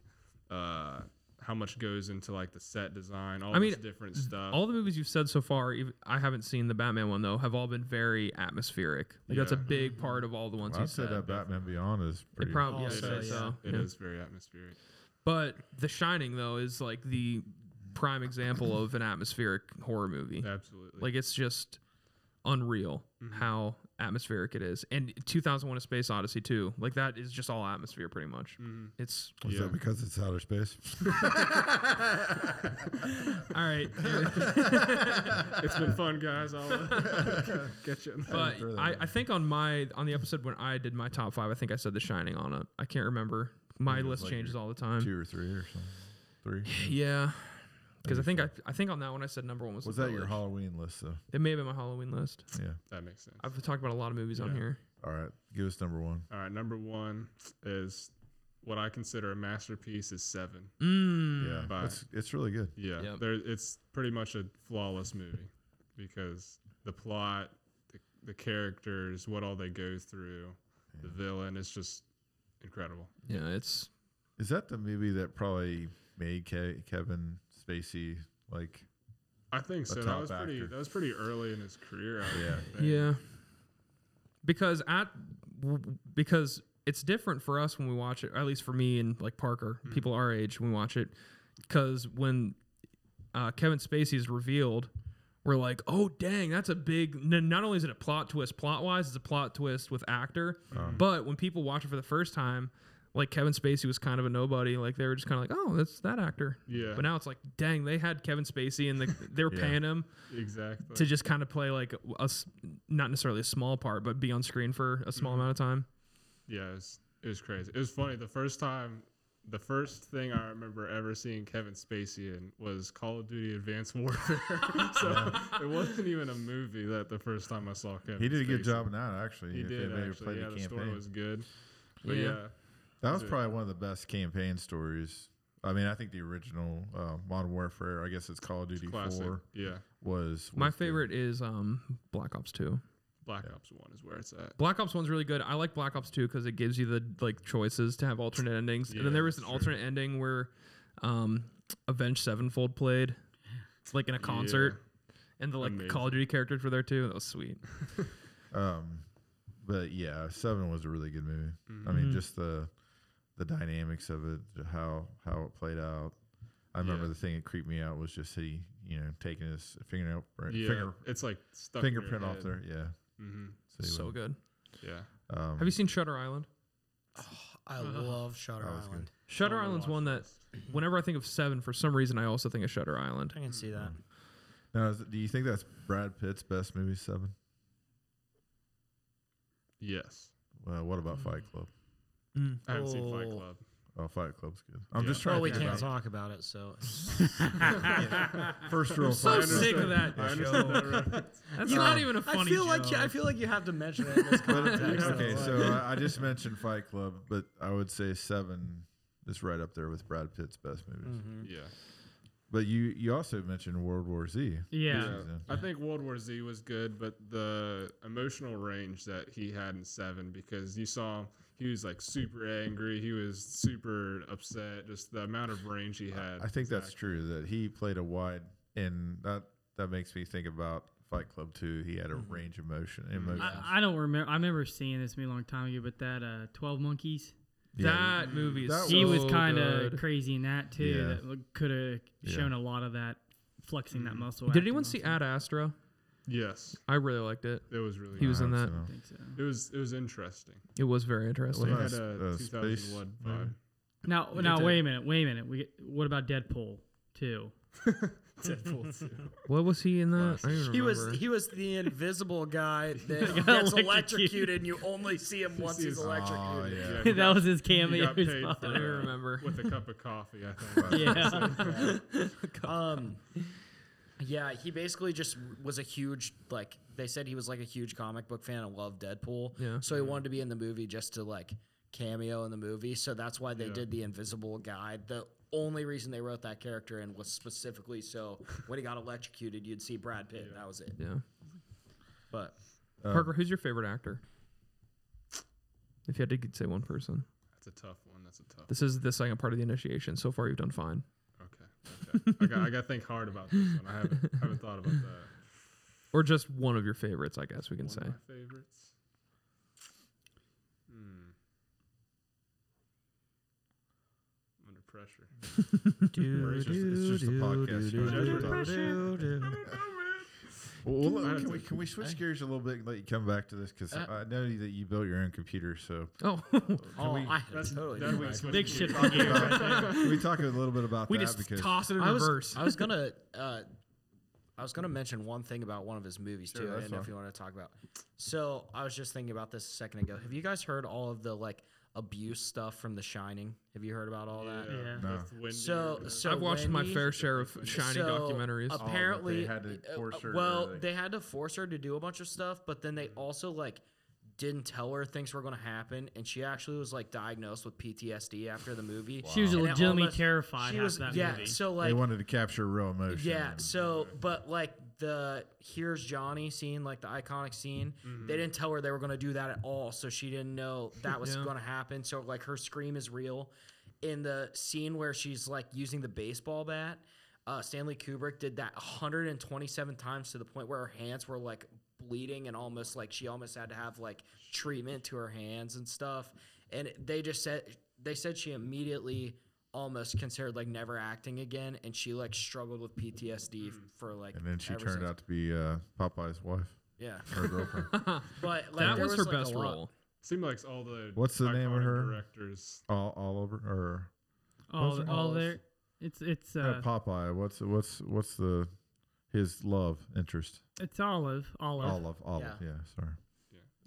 E: uh, how much goes into like the set design, all
A: I mean,
E: this different stuff.
A: All the movies you've said so far, even, I haven't seen the Batman one though, have all been very atmospheric. Like that's a
E: Yeah.
A: big part of all the ones
B: Well,
A: you
B: I'd say
A: said.
B: that Batman Beyond is
A: It
B: pretty.
A: probably yeah,
E: It
A: I'd
E: is.
A: say
C: yeah.
A: so.
E: It
A: yeah.
E: is very atmospheric.
A: But The Shining though is like the prime example of an atmospheric horror movie.
E: Absolutely.
A: Like it's just unreal
B: Mm-hmm.
A: how atmospheric it is. And 2001: A Space Odyssey too. Like that is just all atmosphere pretty much.
B: Mm-hmm.
A: It's
B: Is
E: Yeah.
B: that because it's outer space?
A: all right.
E: it's been fun, guys. I'll uh, get you. in the-
A: But
B: throw that
A: I,
B: in.
A: I think on my on the episode when I did my top five, I think I said The Shining on it. I can't remember. My
B: Maybe it
A: list
B: was like
A: changes
B: your
A: all the time.
B: Two or three or something. Three.
A: Yeah. Because I
B: Maybe
A: think I, I think on that one I said number one was
B: Was
A: The
B: that your
A: Village.
B: Halloween list though?
A: It may have been my Halloween list.
B: Yeah.
E: that makes sense.
A: I've talked about a lot of movies on
E: Yeah.
A: here.
B: All right. Give us number one.
E: All right, number one is what I consider a masterpiece is Seven.
A: Mm.
B: Yeah,
E: Hmm, Bye.
B: it's it's really good.
E: Yeah,
A: Yep.
E: there, it's pretty much a flawless movie because the plot, the, the characters, what all they go through, the villain is just incredible.
A: Yeah, it's
B: Is that the movie that probably made Ke- Kevin Spacey like?
E: I think so. That
B: top
E: was pretty.
B: actor.
E: That was pretty early in his career. I would
B: Yeah.
E: think.
A: yeah. Because at w- because it's different for us when we watch it, or at least for me and like Parker, people our age when we watch it, because when uh, Kevin Spacey is revealed, we're like, oh dang, that's a big. n- Not only is it a plot twist, plot wise, it's a plot twist with actor, but when people watch it for the first time. Like Kevin Spacey was kind of a nobody. Like they were just kind of like, oh, that's that actor.
E: Yeah.
A: But now it's like, dang, they had Kevin Spacey and the, they were
B: Yeah.
A: paying him.
E: exactly.
A: to just kind of play like a s- not necessarily a small part, but be on screen for a small amount of time.
E: yeah, it was, it was crazy. It was funny. The first time, the first thing I remember ever seeing Kevin Spacey in was Call of Duty: Advanced Warfare. so it wasn't even a movie that the first time I saw Kevin.
B: He did a good
E: Spacey.
B: job in that actually.
E: He
B: if
E: did
B: anybody
E: actually.
B: played
E: Yeah, the, story
B: campaign.
E: was good. But
A: Yeah.
E: yeah,
B: That was
E: Yeah.
B: probably one of the best campaign stories. I mean, I think the original uh, Modern Warfare, I guess it's Call of Duty
E: classic.
B: 4,
E: Yeah,
B: was
A: My
B: was the-
A: favorite is um, Black Ops Two.
E: Black Ops One is where it's at.
A: Black Ops One's really good. I like Black Ops Two because it gives you the like choices to have alternate endings. and
E: Yeah,
A: then there was an
E: that's true.
A: alternate ending where um, Avenged Sevenfold played, like in a concert, and the like Call of Duty characters were there too. That was sweet.
B: Um, but yeah, Seven was a really good movie. I
E: Mm-hmm.
B: mean, just the the dynamics of it, how how it played out. I remember
E: Yeah.
B: the thing that creeped me out was just he, you know, taking his fingernail, or
E: Yeah,
B: finger,
E: it's like stuck in your
B: fingerprint off
E: head.
B: there. Yeah.
E: Mhm.
B: he
A: so
B: would-
A: good.
E: Yeah,
B: Um,
A: Have you seen Shutter Island?
C: I love Shutter
B: That was
C: Island.
A: Shutter
E: On the
A: Island's
E: watch
A: one that
E: list.
A: whenever I think of Seven, for some reason I also think of Shutter Island.
C: I can see that.
B: now, is, do you think that's Brad Pitt's best movie? Seven.
E: Yes,
B: Well, what
C: Hmm.
B: about Fight Club?
A: Mm.
E: I haven't seen Fight
C: Oh.
E: Club.
B: Oh, Fight Club's good. I'm
E: Yeah.
B: just trying.
C: Well,
B: to
C: we
B: think
C: Oh, can't
B: about
C: talk about it, so
B: first rule.
C: so
E: I
B: Fight Club.
C: sick of
E: understand-
C: that
E: I
C: show.
E: understand that reference.
A: That's not even a funny.
C: I feel like
A: joke.
C: I feel like you have to mention it. In this context.
B: okay,
C: That's
B: so uh,
C: why.
B: I, I just mentioned Fight Club, but I would say Seven is right up there with Brad Pitt's best movies.
C: Hmm.
E: Yeah.
B: But you you also mentioned World War Z.
D: Yeah.
E: yeah. I think World War Z was good, but the emotional range that he had in Seven, because you saw him, he was like super angry, he was super upset, just the amount of range he had.
B: I think that's
E: Exactly.
B: true that he played a wide, and that that makes me think about Fight Club too. He had a
C: Mm-hmm.
B: range of motion. Emotion.
D: I, I don't remember. I remember seeing this movie a long time ago, but that uh, Twelve Monkeys.
B: Yeah.
A: That movie is
B: That
D: He was
A: so
D: kind of
A: good.
D: crazy in that too.
B: Yeah.
D: That could have
B: Yeah.
D: shown a lot of that flexing that muscle.
A: Did
D: acting
A: anyone see
D: muscle.
A: Ad Astra?
E: Yes,
A: I really liked it.
E: it was really.
A: He was
E: good.
A: in
B: I
A: that.
B: don't
D: I think so.
E: It was. It was interesting.
A: It was very
B: What
A: interesting.
E: It
B: about
E: had
B: s-
E: a
B: uh,
E: 2001 vibe.
D: Now, now, wait a minute, wait a minute. We what about Deadpool too?
E: Deadpool too.
A: What was he in that? I don't
C: He was
A: remember.
C: he was the invisible guy that
D: got
C: gets
D: electrocuted.
C: electrocuted, and you only see him once
E: see
C: he's
E: his-
B: Oh,
C: electrocuted.
B: yeah.
E: You
D: that
E: got-
D: was his
E: you
D: cameo.
E: got paid for
A: I
E: that
A: remember.
E: with a cup of coffee. I think.
D: yeah,
A: Oh,
C: Um, yeah, he basically just was a huge like they said he was like a huge comic book fan and loved Deadpool.
A: Yeah.
C: So he wanted to be in the movie just to like cameo in the movie. So that's why they
E: Yeah.
C: did the Invisible Guy. The only reason they wrote that character in was specifically so when he got electrocuted, you'd see Brad Pitt. and That was it.
A: Yeah.
C: But
E: Uh,
A: Parker, who's your favorite actor? If you had to g- say one person,
E: That's a tough one. That's a tough.
A: this is the second part of the initiation. So far, you've done fine.
E: Okay. Okay. I got. I got to think hard about this one. I haven't. I haven't thought about that.
A: Or just one of your favorites, I guess we can
E: One
A: say.
E: of my favorites. Hmm. Under pressure.
B: It's just, it's just a podcast.
E: do, do, do,
B: Well, well,
E: I don't
B: can we
E: think-
B: can we switch gears a little bit and let you come back to this because I know that you built your own computer. So
A: Oh,
C: oh, I had
E: That's
C: totally
E: that's
C: forgotten.
E: what
D: big
E: you-
D: shit. for you.
B: can we talk a little bit about
A: we
B: that
A: just
B: because
A: toss it in
C: I
A: reverse.
C: was, I was gonna uh, I was gonna mention one thing about one of his movies
B: Sure,
C: too. I
B: that's
C: don't know if
B: fine.
C: you want to talk about. So I was just thinking about this a second ago. Have you guys heard all of the like abuse stuff from The Shining? Have you heard about all that?
D: Yeah.
B: No.
E: with Wendy
C: So-
E: or-
C: so-
A: I've watched my
C: Wendy-
A: fair share of shiny
C: So,
A: documentaries.
B: Oh, but they
C: Apparently,
B: had to
C: uh,
B: force her to,
C: well,
B: like-
C: they had to force her to do a bunch of stuff, but then they also like didn't tell her things were going to happen, and she actually was like diagnosed with PTSD after the movie.
D: She was
C: And it
D: legitimately
C: almost-
D: terrified
C: She
D: after
C: was,
D: that
C: yeah.
D: movie.
C: So
B: they
C: like,
B: wanted to capture real emotion.
C: yeah.
B: and-
C: So, but like the here's Johnny scene, like the iconic scene, they didn't tell her they were going to do that at all, so she didn't know that was
A: Yeah.
C: going to happen. So like her scream is real. In the scene where she's like using the baseball bat, uh, Stanley Kubrick did that 127 times to the point where her hands were like bleeding and almost like she almost had to have like treatment to her hands and stuff. And they just said they said she immediately almost considered like never acting again, and she like struggled with PTSD for like.
B: and then she
C: ever
B: turned
C: since.
B: out to be uh, Popeye's wife
C: Yeah,
B: or girlfriend.
C: but like,
A: that
C: there
A: was, her
C: like, a
A: best
C: lot-
A: role.
E: Seemed like all the
B: What's the name of
E: iconic
B: her?
E: directors.
B: all, all over or
D: all,
B: Those are
D: all
B: all-
D: there. It's it's
B: uh,
D: uh,
B: Popeye? What's what's what's the his love interest?
D: it's olive, olive.
B: Olive, olive. Yeah, sorry.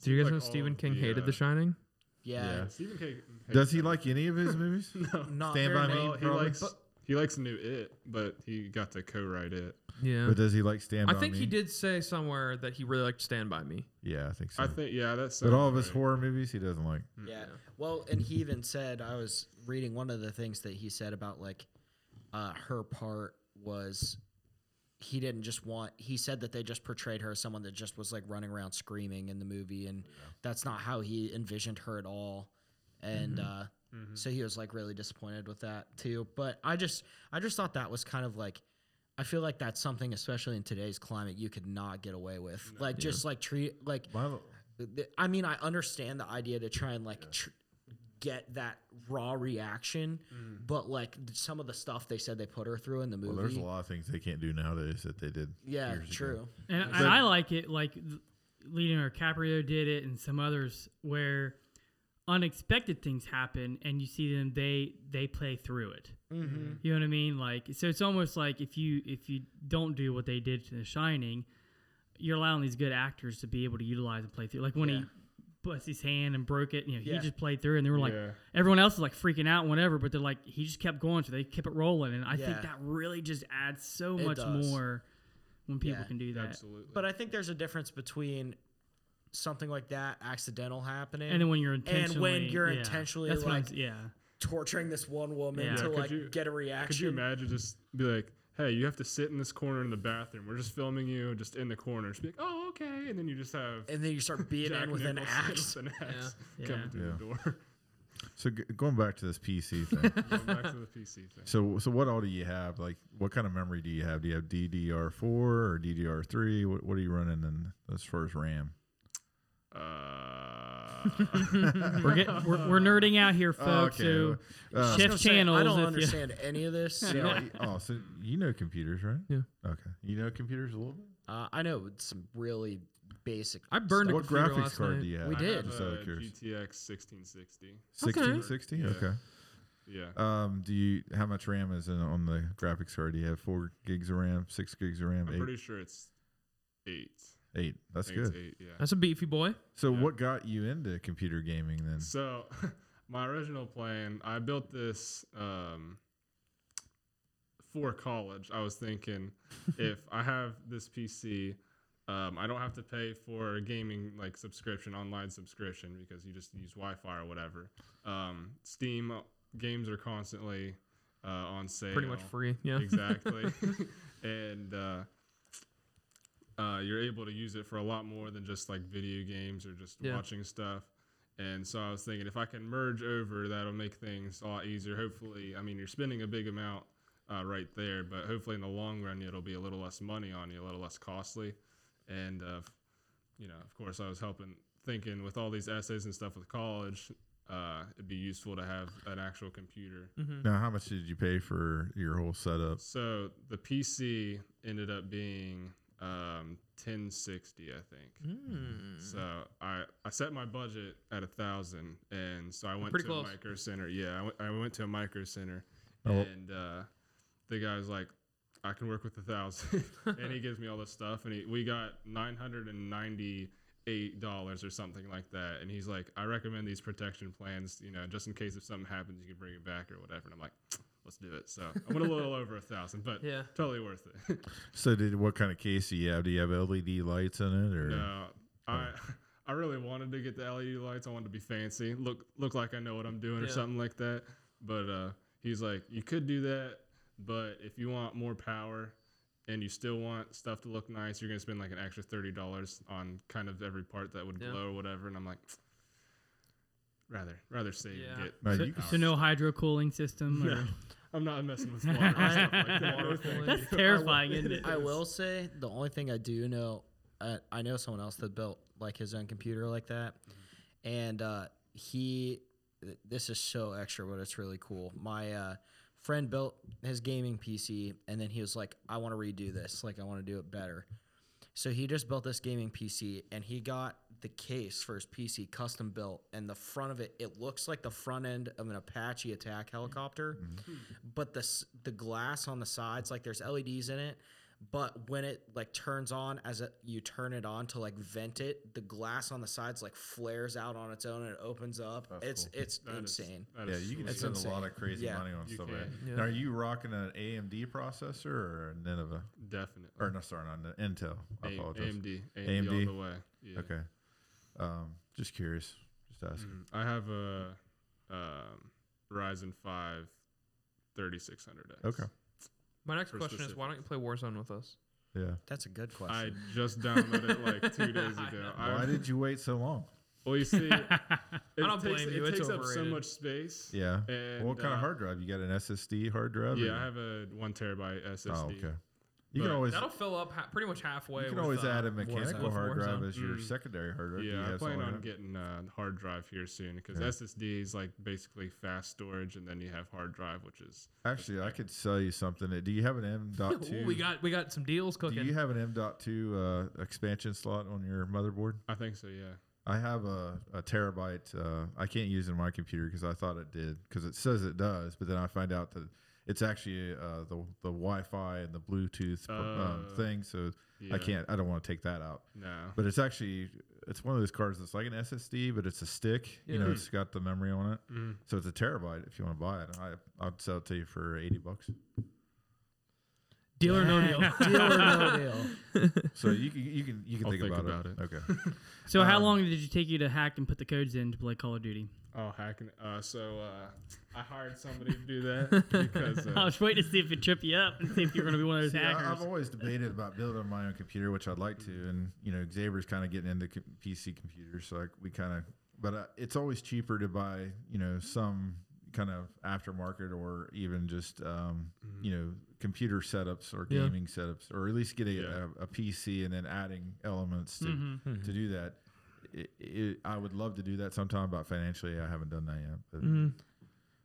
A: Do you guys
E: Like
A: know
E: all
A: Stephen
E: of
A: King
E: the,
A: hated
E: uh,
A: The Shining?
C: Yeah,
B: Yeah.
E: Stephen King. hates
B: Does he
E: that.
B: like any of his movies?
C: not
B: Stand
C: very
B: by me.
C: many-
E: Well, he
B: Probably.
E: likes he likes new it, but he got to co-write it.
A: Yeah.
B: But does he like Stand
A: I
B: By
A: think
B: Me?
A: he did say somewhere that he really liked Stand By Me.
B: Yeah, I think so.
E: I think yeah, that's
B: but all of his horror movies, he doesn't like.
C: Yeah. Well, and he even said I was reading one of the things that he said about like uh, her part was he didn't just want he said that they just portrayed her as someone that just was like running around screaming in the movie and that's not how he envisioned her at all. And uh so he was like really disappointed with that too. But I just I just thought that was kind of like I feel like that's something especially in today's climate you could not get away with. Like just like treat like
B: My,
C: th- I mean, I understand the idea to try and like tr- get that raw reaction,
E: Mm.
C: but like th- some of the stuff they said they put her through in the movie.
B: well, there's a lot of things they can't do nowadays that they did.
C: Yeah,
B: years ago.
C: true.
D: And, and I like it, like th- Leonardo DiCaprio did it, and some others where unexpected things happen, and you see them they they play through it. Mm-hmm. You know what I mean? Like so, it's almost like if you if you don't do what they did to The Shining, you're allowing these good actors to be able to utilize and play through. Like when
C: Yeah.
D: he bust his hand and broke it, you know,
C: Yeah.
D: he just played through, and they were like,
E: Yeah.
D: everyone else is like freaking out, and whatever, but they're like, he just kept going, so they kept it rolling, and I
C: Yeah.
D: think that really just adds so
C: It
D: much
C: does.
D: more. When people
C: Yeah.
D: can do that,
E: absolutely.
C: But I think there's a difference between something like that accidental happening
D: and then when you're intentionally
C: you're
D: yeah,
C: intentionally,
D: that's what I'm
C: like,
D: s- yeah
C: torturing this one woman
D: Yeah.
C: to
E: Yeah, could
C: like
E: you-
C: get a
E: Could you
C: reaction.
E: imagine just be like, hey, you have to sit in this corner in the bathroom. We're just filming you just in the corner. Just be like, oh, okay. And then you just have
C: and then you start beating
E: Jack
C: in with an
E: Nicholson
C: axe.
E: with an axe
D: Yeah.
E: coming through the door.
B: So g- going back to this PC thing.
E: Going back to the PC thing.
B: so so what all do you have? Like, what kind of memory do you have? Do you have DDR4 or DDR3? What, what are you running in as far as RAM?
E: Uh,
D: we're, get, we're, we're nerding out
B: Oh,
D: here folks so
C: I
B: Uh,
C: was gonna
D: shift
C: say,
D: channels
C: I don't
D: if you-
C: understand any of this. So,
B: oh, y- oh, so you know computers, right?
A: Yeah.
B: Okay. You know computers a little bit?
C: uh, I know some really basic.
A: I burned
B: what
A: a computer
B: graphics
A: last
B: card
A: night.
B: do you have?
C: We
E: I
C: did.
E: have
B: Just out of
E: a
B: curiosity.
E: GTX 1660.
B: 1660?
E: Yeah.
B: Okay.
E: Yeah.
B: Um, do you how much RAM is in on the graphics card? Do you have four gigs of RAM, six gigs of RAM,
E: I'm
B: eight,
E: pretty sure it's eight.
B: eight? That's
E: I think it's
B: good.
E: eight, yeah.
A: That's a beefy boy.
B: So what got you into computer gaming then?
E: So, my original plan, I built this um, for college. I was thinking if I have this PC, um, I don't have to pay for a gaming like subscription, online subscription, because you just use Wi-Fi or whatever. Um, Steam uh, games are constantly uh, on sale.
A: Pretty much free. Yeah.
E: Exactly. and uh, uh, you're able to use it for a lot more than just like video games or just
A: Yeah.
E: watching stuff. And so I was thinking if I can merge over, that'll make things a lot easier. Hopefully, I mean, you're spending a big amount uh, right there, but hopefully in the long run, it'll be a little less money on you, a little less costly. And, uh, you know, of course, I was helping thinking with all these essays and stuff with college, uh, it'd be useful to have an actual computer.
A: Mm-hmm.
B: Now, how much did you pay for your whole setup?
E: So the PC ended up being um, 1060, I think.
A: Hmm.
E: So I, I set my budget at a thousand, and so I went
A: pretty
E: to a
A: close.
E: micro center. Yeah, I went- I went to a micro center,
B: Oh.
E: and uh, the guy was like, "I can work with a thousand. and he gives me all this stuff, and he, we got 998 dollars or something like that. And he's like, "I recommend these protection plans, you know, just in case if something happens, you can bring it back or whatever." And I'm like. Let's do it. So I went a little over a thousand, but
A: Yeah.
E: totally worth it.
B: So did E what kind of case do you have? Do you have LED lights in it or
E: no, I I really wanted to get the LED lights. I wanted to be fancy, look look like I know what I'm doing or
A: Yeah.
E: something like that. But uh, he's like, you could do that, but if you want more power and you still want stuff to look nice, you're gonna spend like an extra thirty dollars on kind of every part that would
A: Yeah.
E: blow or whatever. And I'm like, rather rather save
A: Yeah.
E: and get.
B: Man,
D: So,
B: uh, you can
D: so no hydrocooling system. Or,
E: I'm not messing with water. and stuff like that.
A: Water
E: No
A: cooling.
E: thanks.
D: That's terrifying, isn't it?
C: I will say the only thing I do know, uh, I know someone else that built like his own computer like that, and uh, he. th- This is so extra, but it's really cool. My uh, friend built his gaming PC, and then he was like, "I want to redo this. Like, I want to do it better." So he just built this gaming PC, and he got the case for his PC custom built, and the front of it it looks like the front end of an Apache attack helicopter
B: Mm-hmm.
C: but the s- the glass on the sides like there's LEDs in it but when it like turns on as a, you turn it on to like vent it the glass on the sides like flares out on its own and it opens up
B: That's
C: it's
B: cool.
C: it's
E: That is-
C: insane
E: that
B: Yeah,
E: is
B: you can
E: sweet.
B: spend a lot
C: insane.
B: of crazy
C: Yeah.
B: money on
E: You
B: stuff.
E: can.
B: like that.
A: Yeah.
B: Now, are you rocking an AMD processor or a Nineveh?
E: definitely.
B: Or no, sorry, not an Intel. I
E: A-
B: apologize.
E: AMD, AMD,
B: AMD?
E: all the way. Yeah.
B: Okay. Um, just curious. Just asking.
E: Mhm. I have a um, Ryzen 5 3600X.
B: Okay.
A: My next
E: For
A: question is why don't you play Warzone with us?
E: Mm-hmm.
B: Yeah.
C: that's a good question
E: I just downloaded it like two days
A: I
E: ago.
A: know.
E: I,
B: Why did you wait so long?
E: well, you see, it
A: don't
E: takes,
A: blame
E: it
A: you, it's
E: takes up so
A: overrated.
E: much space.
B: Yeah.
E: And,
B: what kind
E: uh,
B: of hard drive? You got an SSD hard drive?
E: Yeah,
B: or-
E: I have a one terabyte SSD.
B: Oh, okay. You
E: But
B: can always
A: That'll fill up ha- pretty much halfway.
B: you can
A: with,
B: always
A: uh,
B: add a
A: Warzone.
B: mechanical hard
A: Warzone.
B: drive as your
E: Mm.
B: secondary hard drive. Do you
E: Yeah, I
B: have
E: plan
B: something like
E: on
B: that?
E: getting a hard drive here soon because
B: oh, Yeah.
E: SSD is like basically fast storage, and then you have hard drive, which is
B: Actually, I could sell you something. Do you have an M dot two?
A: Ooh, we got we got some deals
B: Do
A: cooking.
B: you have an M dot two uh, expansion slot on your motherboard?
E: I think so. Yeah.
B: I have a, a terabyte. Uh, I can't use it in my computer because I thought it did because it says it does, but then I find out that it's actually uh, the the Wi-Fi and the Bluetooth um,
E: Uh,
B: thing. So
E: yeah.
B: I can't. I don't want to take that out.
E: No.
B: But it's actually it's one of those cards that's like an SSD, but it's a stick. You know,
A: Yeah.
B: it's got the memory on it,
E: Mm.
B: so it's a terabyte. If you want to buy it, I I'd sell it to you for eighty bucks.
A: deal or no deal.
C: deal or no deal
B: So you can you can you can
E: I'll
B: think,
E: think
B: about, it.
E: about
B: Okay.
D: so how long did you take you to hack and put the codes in to play Call of Duty?
E: Oh, hacking. Uh, so uh, I hired somebody to do that because
D: I
B: Oh,
E: uh,
D: was waiting to see if it trip you up and see if you were going to be one of those
B: See, I-
D: hackers.
B: I've always debated about building my own computer, which I'd like to, and you know, Xavier's kind of getting into co- PC computers, so like we kind of, but uh, it's always cheaper to buy, you know, some kind of aftermarket or even just, um, you know, computer setups or
A: Yeah.
B: gaming setups, or at least getting
E: Yeah.
B: a, a PC and then adding elements to
D: Mhm.
B: to do that. It, it, I would love to do that sometime, but financially, I haven't done that yet. But
A: Mhm.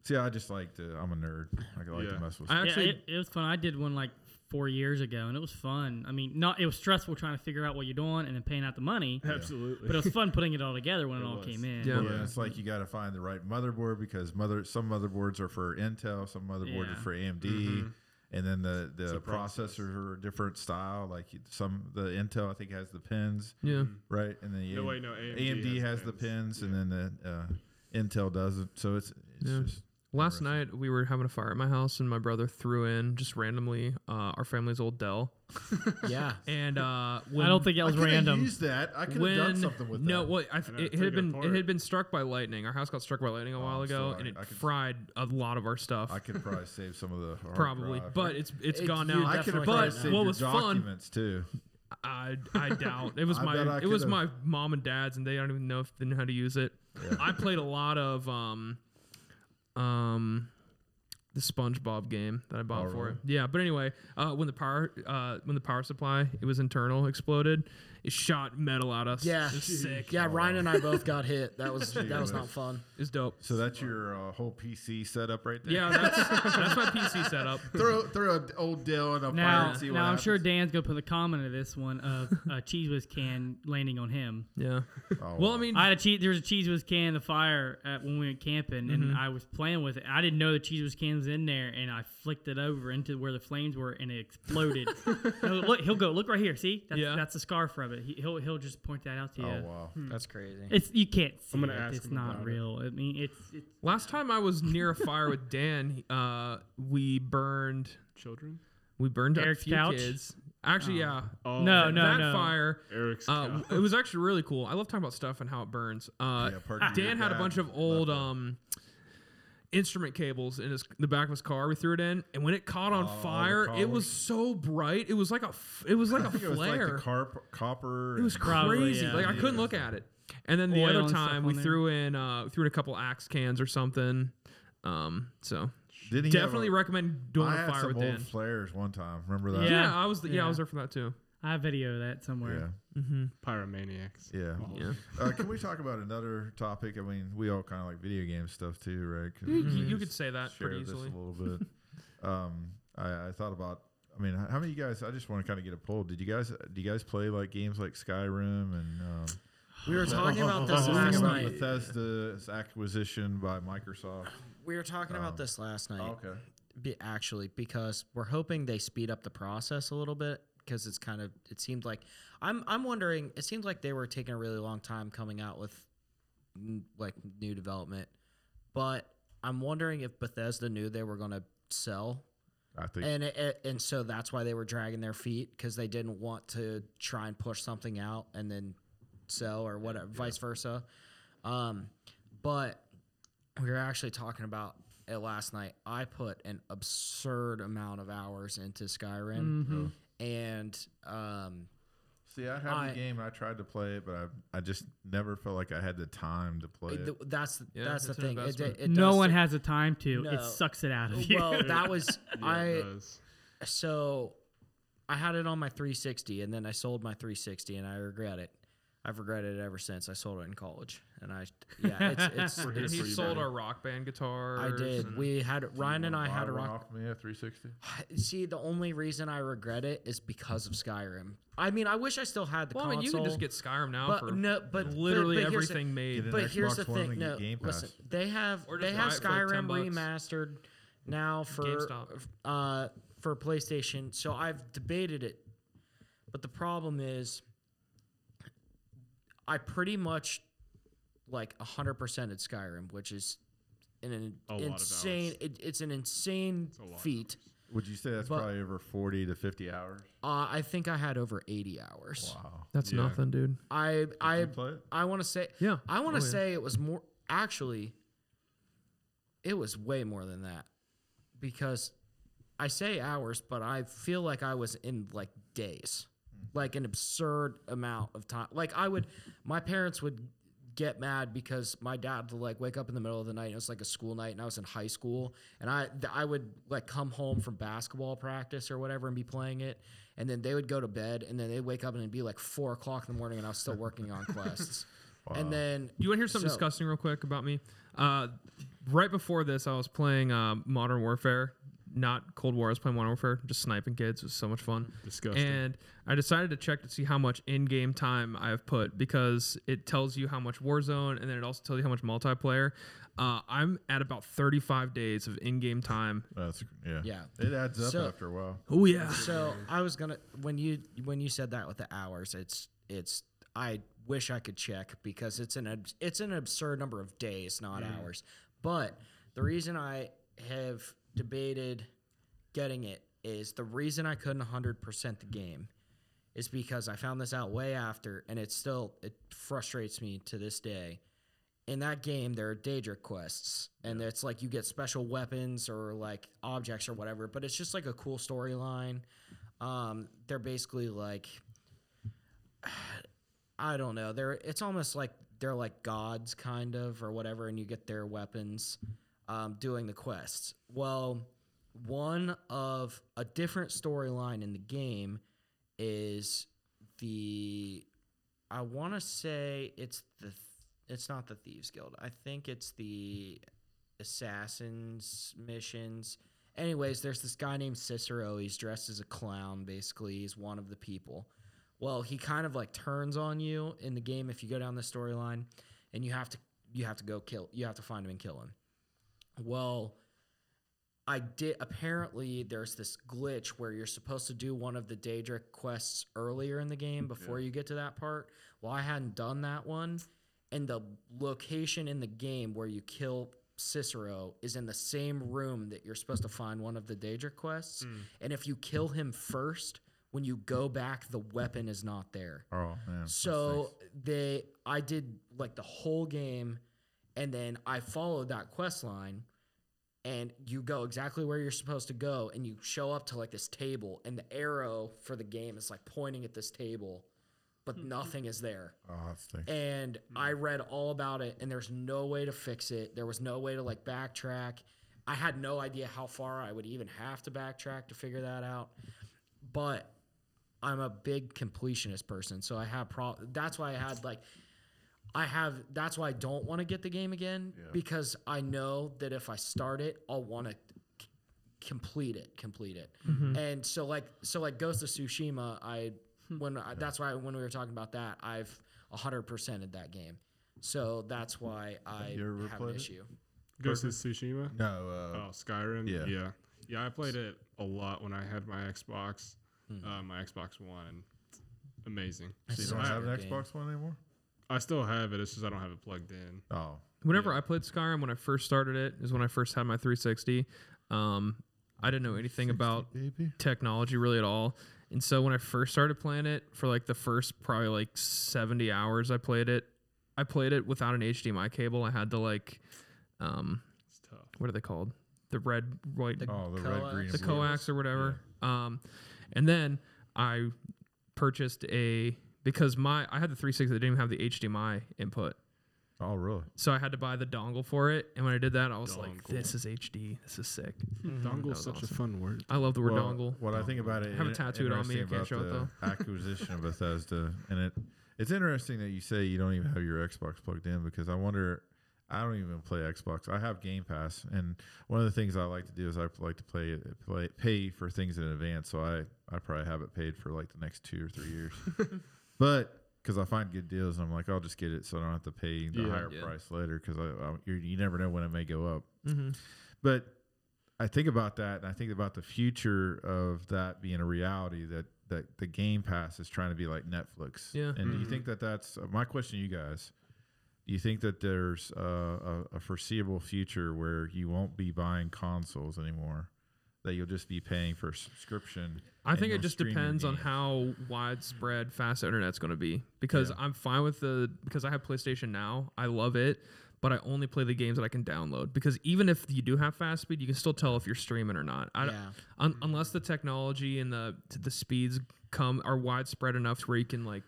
B: see, I just like to. I'm a nerd. I like
E: Yeah.
B: to mess with.
A: I
D: Yeah,
A: actually
D: it, it was fun. I did one like four years ago, and it was fun. I mean, not it was stressful trying to figure out what you're doing and then paying out the money,
E: absolutely.
D: but it was fun putting it all together when it,
E: It
D: all
E: was.
D: came in.
A: Yeah.
B: Well, then it's like you got to find the right motherboard because mother some motherboards are for Intel, some motherboards
D: Yeah.
B: are for AMD,
A: Mm-hmm.
E: Mhm.
B: and then the
E: a
B: the
E: process.
B: processors are a different style. Like you- some the Intel, I think has the pins,
A: yeah.
B: right, and then the
E: No
B: AM
E: way, no. AMD,
B: AMD has, the pins, and then the uh, Intel doesn't. So it's, it's
A: Yeah.
B: just
A: Last
B: Interesting.
A: night we were having a fire at my house, and my brother threw in just randomly uh, our family's old Dell.
C: yeah
A: And uh, when,
D: I don't think that was
B: I coulda
D: random.
B: used that. I could have
A: when
B: done something with
A: no,
B: that.
A: well, I,
E: know,
A: it,
E: take
A: had
E: it
A: been it
E: apart.
A: had been struck by lightning. Our house got struck by lightning a while
B: Oh, I'm
A: ago,
B: sorry.
A: and it
B: I could-
A: fried a lot of our stuff.
B: I could probably save some of the hard
A: probably,
B: drive.
A: but it's it's
C: It-
A: gone
C: you
A: now.
B: I could
C: Definitely
B: have probably
A: but
C: could
B: saved
A: what
B: your
A: was fun
B: documents too.
A: I I doubt it was
B: I bet I
A: my it was
B: could've-
A: my mom and dad's, and they don't even know if they know how to use it. I played a lot of um, um, the SpongeBob game that I bought
B: Oh,
A: for
B: really?
A: it. Yeah, but anyway, uh, when the power uh, when the power supply it was internal exploded, it shot metal at us.
C: yeah
A: it was sick.
C: yeah Ryan and I both got hit that was that was
B: Jeez.
C: not fun
A: It was dope.
B: So that's your uh, whole PC setup right there.
A: Yeah, that's that's my PC setup.
B: throw throw an old Dell in a fire
D: Now,
B: and see what
D: now I'm
B: happens.
D: sure Dan's gonna put a comment of this one of a cheese whiz can landing on him.
A: Yeah.
B: Oh,
A: Well, I mean,
D: I had a cheese. There was a cheese whiz can in the fire at, when we went camping, and I was playing with it. I didn't know the cheese whiz can was in there, and I flicked it over into where the flames were, and it exploded. And I was, look, he'll go look right here. See, that's,
A: Yeah.
D: that's the scar from it. He, he'll he'll just point that out to you.
B: oh wow.
E: Hmm.
C: that's crazy
D: It's you can't see.
E: gonna
D: it.
E: ask
D: it's
E: him
D: not
E: about it.
D: real. I mean, it's it's
A: last time I was near a fire with Dan, uh, we burned
E: Children.
A: we burned up a
D: Eric's
A: few
D: couch?
A: kids. Actually, yeah.
E: Oh,
D: No, no,
A: that
D: no.
A: fire.
E: Eric's
A: Uh,
E: cow.
A: it was actually really cool. I love talking about stuff and how it burns. Uh,
B: Yeah, Parker did
D: Ah.
A: Dan had a
B: that.
A: bunch of
B: Love
A: old
B: that.
A: um, instrument cables in his the back of his car. We threw it in, and when it caught on
B: all Oh, the
A: fire, it was
B: collars.
A: so bright. It was like a f- it was like
B: I
A: a
B: think
A: flare.
B: it was like the carp- copper.
A: It was
B: and-
D: Probably,
A: crazy.
D: yeah.
A: Like I couldn't look at it. And then the
D: Oil
A: other
D: and stuff
A: time
D: on
A: we
D: there.
A: threw in uh threw in a couple axe cans or something. Um so
B: Didn't he have
A: definitely
B: a-
A: recommend doing
B: I
A: a
B: had
A: fire
B: some
A: with
B: old
A: Dan.
B: flares one time. Remember that?
A: yeah,
D: Yeah.
A: I was the, yeah. I
D: Yeah. Mm-hmm.
A: was there for that too.
D: I have video of that somewhere.
E: Pyromaniacs.
B: Yeah. yeah.
A: Yeah.
B: Uh, can we talk about another topic? I mean, we all kind of like video game stuff too, right? 'Cause
A: You-
B: we
A: You,
D: Mm-hmm.
B: can
A: could say that
B: share
A: pretty
B: this
A: easily.
B: a little bit. um, I, I thought about. I mean, h- how many of you guys? I just want to kind of get a poll. Did you guys? Do you guys play like games like Skyrim and? Um,
C: We were talking about this
B: Talking
C: last
B: about
C: night.
B: Bethesda's acquisition by Microsoft.
C: We were talking
B: Oh.
C: about this last night.
B: okay.
C: be, actually because we're hoping they speed up the process a little bit because it's kind of it seemed like I'm I'm wondering it seemed like they were taking a really long time coming out with n- like new development but I'm wondering if Bethesda knew they were going to sell
B: I think.
C: and it, it- and so that's why they were dragging their feet cuz they didn't want to try and push something out and then sell or whatever vice versa um but we were actually talking about it last night. I put an absurd amount of hours into Skyrim,
A: Mm-hmm.
D: Mhm.
C: and um,
B: See, I had
C: I-
B: the game. I tried to play it, but I, I just never felt like I had the time to play
C: it-
B: it.
C: th- that's
A: Yeah,
C: that's the
A: it's an
C: thing. It,
A: investment.
C: it
D: no
C: does
D: one
C: t-
D: has the time to.
C: No.
D: It sucks it out of you.
C: Well, that was
E: Yeah,
C: I.
E: it does.
C: So I had it on my 360, and then I sold my 360, and I regret it. I've regretted it ever since. I sold it in college, and I yeah, it's it's.
E: We're
A: And
E: here
A: he
E: for you,
A: sold
E: buddy.
A: our rock band guitar.
C: I did. We had Ryan and I had a rock
B: off me at 360.
C: See, the only reason I regret it is because of Skyrim. I mean, I wish I still had the
A: well, I
C: console.
A: mean, you can just get Skyrim now
C: but
A: for
C: no, but but-
A: literally
C: but here's the-
A: everything made.
B: Get it.
C: but
B: an
C: here's
B: Xbox
C: the
B: One
C: thing.
B: and get
C: No,
B: Game
C: listen,
B: Pass.
C: they have
A: Or just
C: they have
A: buy it for like
C: Skyrim
A: 10 bucks.
C: remastered now for
A: GameStop.
C: uh for PlayStation. So I've debated it, but the problem is, I pretty much like hundred percent at Skyrim, which is an
E: A lot of
C: insane.
E: hours.
C: It, it's an insane
E: a lot of
C: feat.
B: Would you say that's
C: But-
B: probably over 40 to 50 hours?
C: Uh, I think I had over 80 hours.
B: Wow.
A: That's
E: Yeah.
A: nothing, dude.
C: I
B: Did
C: I
B: you play it?
C: I want to say
A: Yeah.
C: I want
A: Oh,
C: to
A: yeah.
C: say it was more actually it was way more than that because I say hours but I feel like I was in like days.
A: Hmm.
C: Like an absurd amount of time. Like I would my parents would get mad because my dad would like wake up in the middle of the night and it was like a school night and I was in high school and I th- I would like come home from basketball practice or whatever and be playing it and then they would go to bed and then they'd wake up and it'd be like four o'clock in the morning and I was still working on quests
B: Wow.
C: and then
A: You want to hear something
C: So-
A: disgusting real quick about me? Uh, right before this, I was playing uh, Modern Warfare, not Cold War. I was playing Modern Warfare, just sniping kids. It was so much fun.
E: Disgusting.
A: And I decided to check to see how much in-game time I've put because it tells you how much Warzone, and then it also tells you how much multiplayer. Uh, I'm at about 35 days of in-game time.
B: That's, yeah.
C: Yeah.
B: It adds up
C: So-
B: after a while.
A: Oh yeah.
C: so I was gonna when you when you said that with the hours, it's it's I wish I could check because it's an abs- it's an absurd number of days, not hours. But the reason I have debated getting it is the reason I couldn't hundred percent the game is because I found this out way after, and it still it frustrates me to this day. In that game, there are Daedric quests, and it's like you get special weapons or like objects or whatever. But it's just like a cool storyline. Um, they're basically like, I don't know. They're it's almost like they're like gods kind of or whatever, and you get their weapons um, doing the quests. Well, one of a different storyline in the game is the I want to say it's the th- it's not the Thieves Guild. I think it's the Assassins missions. Anyways, there's this guy named Cicero. He's dressed as a clown basically. He's one of the people. Well, he kind of like turns on you in the game if you go down the storyline and you have to you have to go kill you have to find him and kill him. Well, I did. Apparently, there's this glitch where you're supposed to do one of the Daedric quests earlier in the game before you get to that part. Well, I hadn't done that one, and the location in the game where you kill Cicero is in the same room that you're supposed to find one of the Daedric quests. And if you kill him first, When you go back, the weapon is not there.
B: Oh man.
C: So they, I did like the whole game, and then I followed that quest line, and you go exactly where you're supposed to go, and you show up to like this table, and the arrow for the game is like pointing at this table, but nothing is there.
B: Oh, that stinks.
C: And I read all about it, and there's no way to fix it. There was no way to like backtrack. I had no idea how far I would even have to backtrack to figure that out. But I'm a big completionist person, so I have pro. That's why I had like, I have. That's why I don't want to get the game again because I know that if I start it, I'll want to complete it, complete it.
A: Mm-hmm.
C: And so like, so like Ghost of Tsushima, I
A: Hmm.
C: when I, that's why when we were talking about that, I've 100 percented that game. So that's why I
B: you ever
C: have an
B: played it?
C: issue.
E: Ghost of Tsushima.
B: no. Uh,
E: Oh, Skyrim.
B: Yeah.
E: yeah, yeah. I played it a lot when I had my Xbox, uh, my Xbox One, and amazing.
B: so you
C: such
B: don't
C: a
B: have an
C: good game.
B: Xbox One anymore?
E: I still have it. It's just I don't have it plugged in.
B: Oh.
A: Whenever I played Skyrim, when I first started it, is when I first had my 360. Um, I didn't know anything about
B: Baby.
A: technology really at all. And so when I first started playing it, for like the first probably like 70 hours, I played it. I played it without an HDMI cable. I had the like, um,
E: It's tough.
A: what are they called? The red, white, the,
B: Oh, the red,
C: coax.
B: green, and blue.
A: coax or whatever. Um, and then I purchased a because my I had the 360 that didn't even have the HDMI input.
B: Oh, really?
A: So I had to buy the dongle for it, and when I did that, I was like, "This is HD. This is sick."
E: Dongle's
A: was
E: such a fun word.
A: I love the word
B: Well,
A: dongle.
B: What I think about it,
A: I have it
B: in-
A: tattooed on me, I
B: interesting
A: can't show it,
B: about the Acquisition of Bethesda, and it it's interesting that you say you don't even have your Xbox plugged in because I wonder. I don't even play Xbox. I have Game Pass, and one of the things I like to do is I like to play play pay for things in advance. So I I probably have it paid for like the next two or three years, but. Because I find good deals, and I'm like, I'll just get it, so I don't have to pay the
E: Yeah.
B: higher
A: Yeah.
B: price later. Because I, I, you you never know when it may go up.
A: hmm
B: But I think about that, and I think about the future of that being a reality that that the Game Pass is trying to be like Netflix.
A: Yeah.
B: And do you think that that's uh, my question to you guys? Do you think that there's uh, a, a foreseeable future where you won't be buying consoles anymore? That you'll just be paying for a subscription.
A: I
B: and
A: think it
B: you'll
A: just
B: stream your
A: depends on
B: games?
A: how widespread fast the internet's going to be. Because
B: Yeah.
A: I'm fine with the because I have PlayStation now. I love it, but I only play the games that I can download. Because even if you do have fast speed, you can still tell if you're streaming or not. I don't-
C: Yeah.
A: un- unless the technology and the the speeds come are widespread enough to where you can like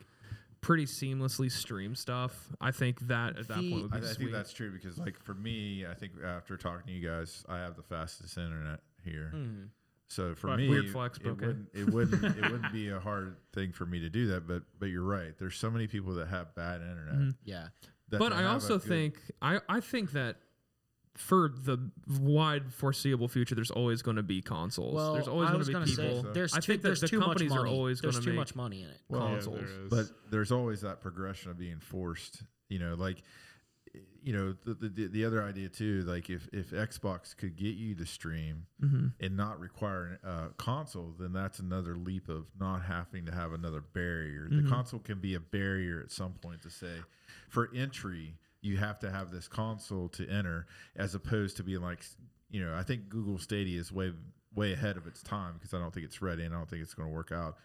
A: pretty seamlessly stream stuff. I think that at that
C: The-
A: point would
B: I,
A: be
B: I
A: sweet.
B: think that's true because, like, for me, I think after talking to you guys, I have the fastest internet
A: Mm.
B: here.
A: hmm.
B: So for
A: Fuck,
B: me,
A: weird flex,
B: it
A: but okay.
B: wouldn't it wouldn't it wouldn't be a hard thing for me to do that. But but you're right. There's so many people that have bad internet.
C: Yeah.
B: that
A: Mm-hmm. but
B: don't
A: I
B: have a
A: also
B: good-
A: think I, I think that for the wide foreseeable future, there's always going to be consoles.
C: Well,
A: there's always
C: I
A: going
C: was
A: to
C: gonna
A: be
C: say
A: people.
C: there's
A: I
C: too,
A: think that
C: there's
A: the
C: too much
A: companies
C: money.
A: are always
C: there's
A: going to
C: too
A: make.
C: much money in it.
B: well,
E: Yeah,
A: consoles.
E: there is.
B: but there's always that progression of being forced. You know, like you know the the, the other idea too. Like if if Xbox could get you to stream and not require a console, then that's another leap of not having to have another barrier. The console can be a barrier at some point to say for entry you have to have this console to enter as opposed to being like you know i think google stadia is way way ahead of its time because i don't think it's ready and i don't think it's going to work out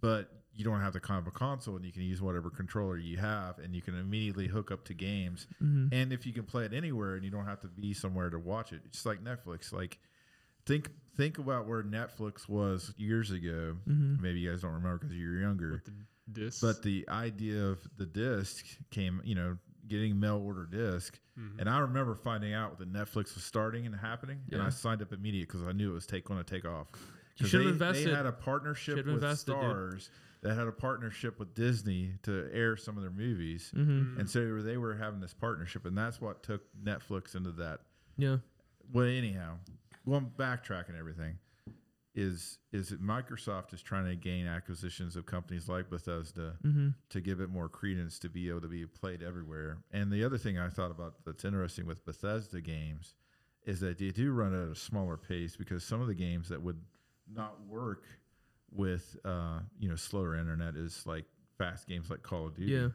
B: but you don't have the kind of a console and you can use whatever controller you have and you can immediately hook up to games and if you can play it anywhere and you don't have to be somewhere to watch it it's like netflix like think think about where netflix was years ago maybe you guys don't remember because you're younger
E: Disc.
B: but the idea of the disc came, you know, getting mail order disc.
A: Mm-hmm.
B: And I remember finding out that Netflix was starting and happening, and I
A: Yeah.
B: signed up immediately because I knew it was take going to take off. 'Cause
A: should've
B: they,
A: invested.
B: They had a partnership
A: Should've
B: with
A: invested, dude.
B: Stars that had a partnership with Disney to air some of their movies,
A: Mm-hmm.
B: and so they were- they were having this partnership, and that's what took Netflix into that
A: Yeah.
B: well, anyhow, going backtrack and everything is is that Microsoft is trying to gain acquisitions of companies like Bethesda to give it more credence to be able to be played everywhere. And the other thing I thought about that's interesting with Bethesda games is that they do run at a smaller pace because some of the games that would not work with uh, you know slower internet is like fast games like Call of Duty.
A: Yeah.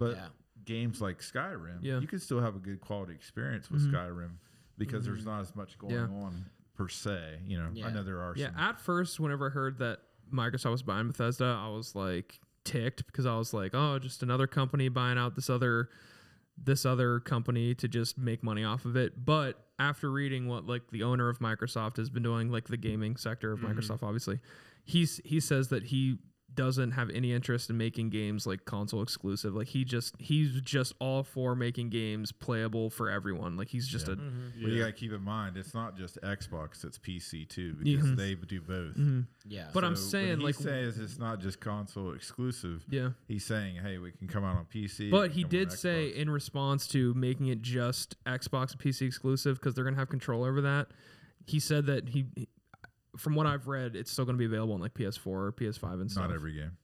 B: But
C: Yeah.
B: games like Skyrim,
A: Yeah. Mm-hmm.
B: you can still have a good quality experience with Skyrim because there's not as much going
A: Yeah.
B: on per se. You know, I
C: Yeah.
B: know there are
A: Yeah.
B: some.
A: At first, whenever I heard that Microsoft was buying Bethesda, I was like ticked because I was like, oh, just another company buying out this other this other company to just make money off of it. But after reading what like the owner of Microsoft has been doing, like the gaming sector of Microsoft, obviously, he's he says that he doesn't have any interest in making games like console exclusive. Like he just he's just all for making games playable for everyone. Like he's just a
B: But you got to keep in mind, it's not just Xbox; it's PC too because
A: Mhm.
B: they do both.
C: Yeah.
A: But I'm
B: So
A: saying,
B: when he
A: like-
B: says it's not just console exclusive.
A: yeah.
B: He's saying, hey, we can come out on PC.
A: But
B: we
A: he
B: can come out
A: did
B: on
A: say
B: Xbox.
A: in response to making it just Xbox and PC exclusive because they're gonna have control over that. He said that he, from what I've read, it's still gonna be available on like PS4 or PS5 and stuff.
B: not every game.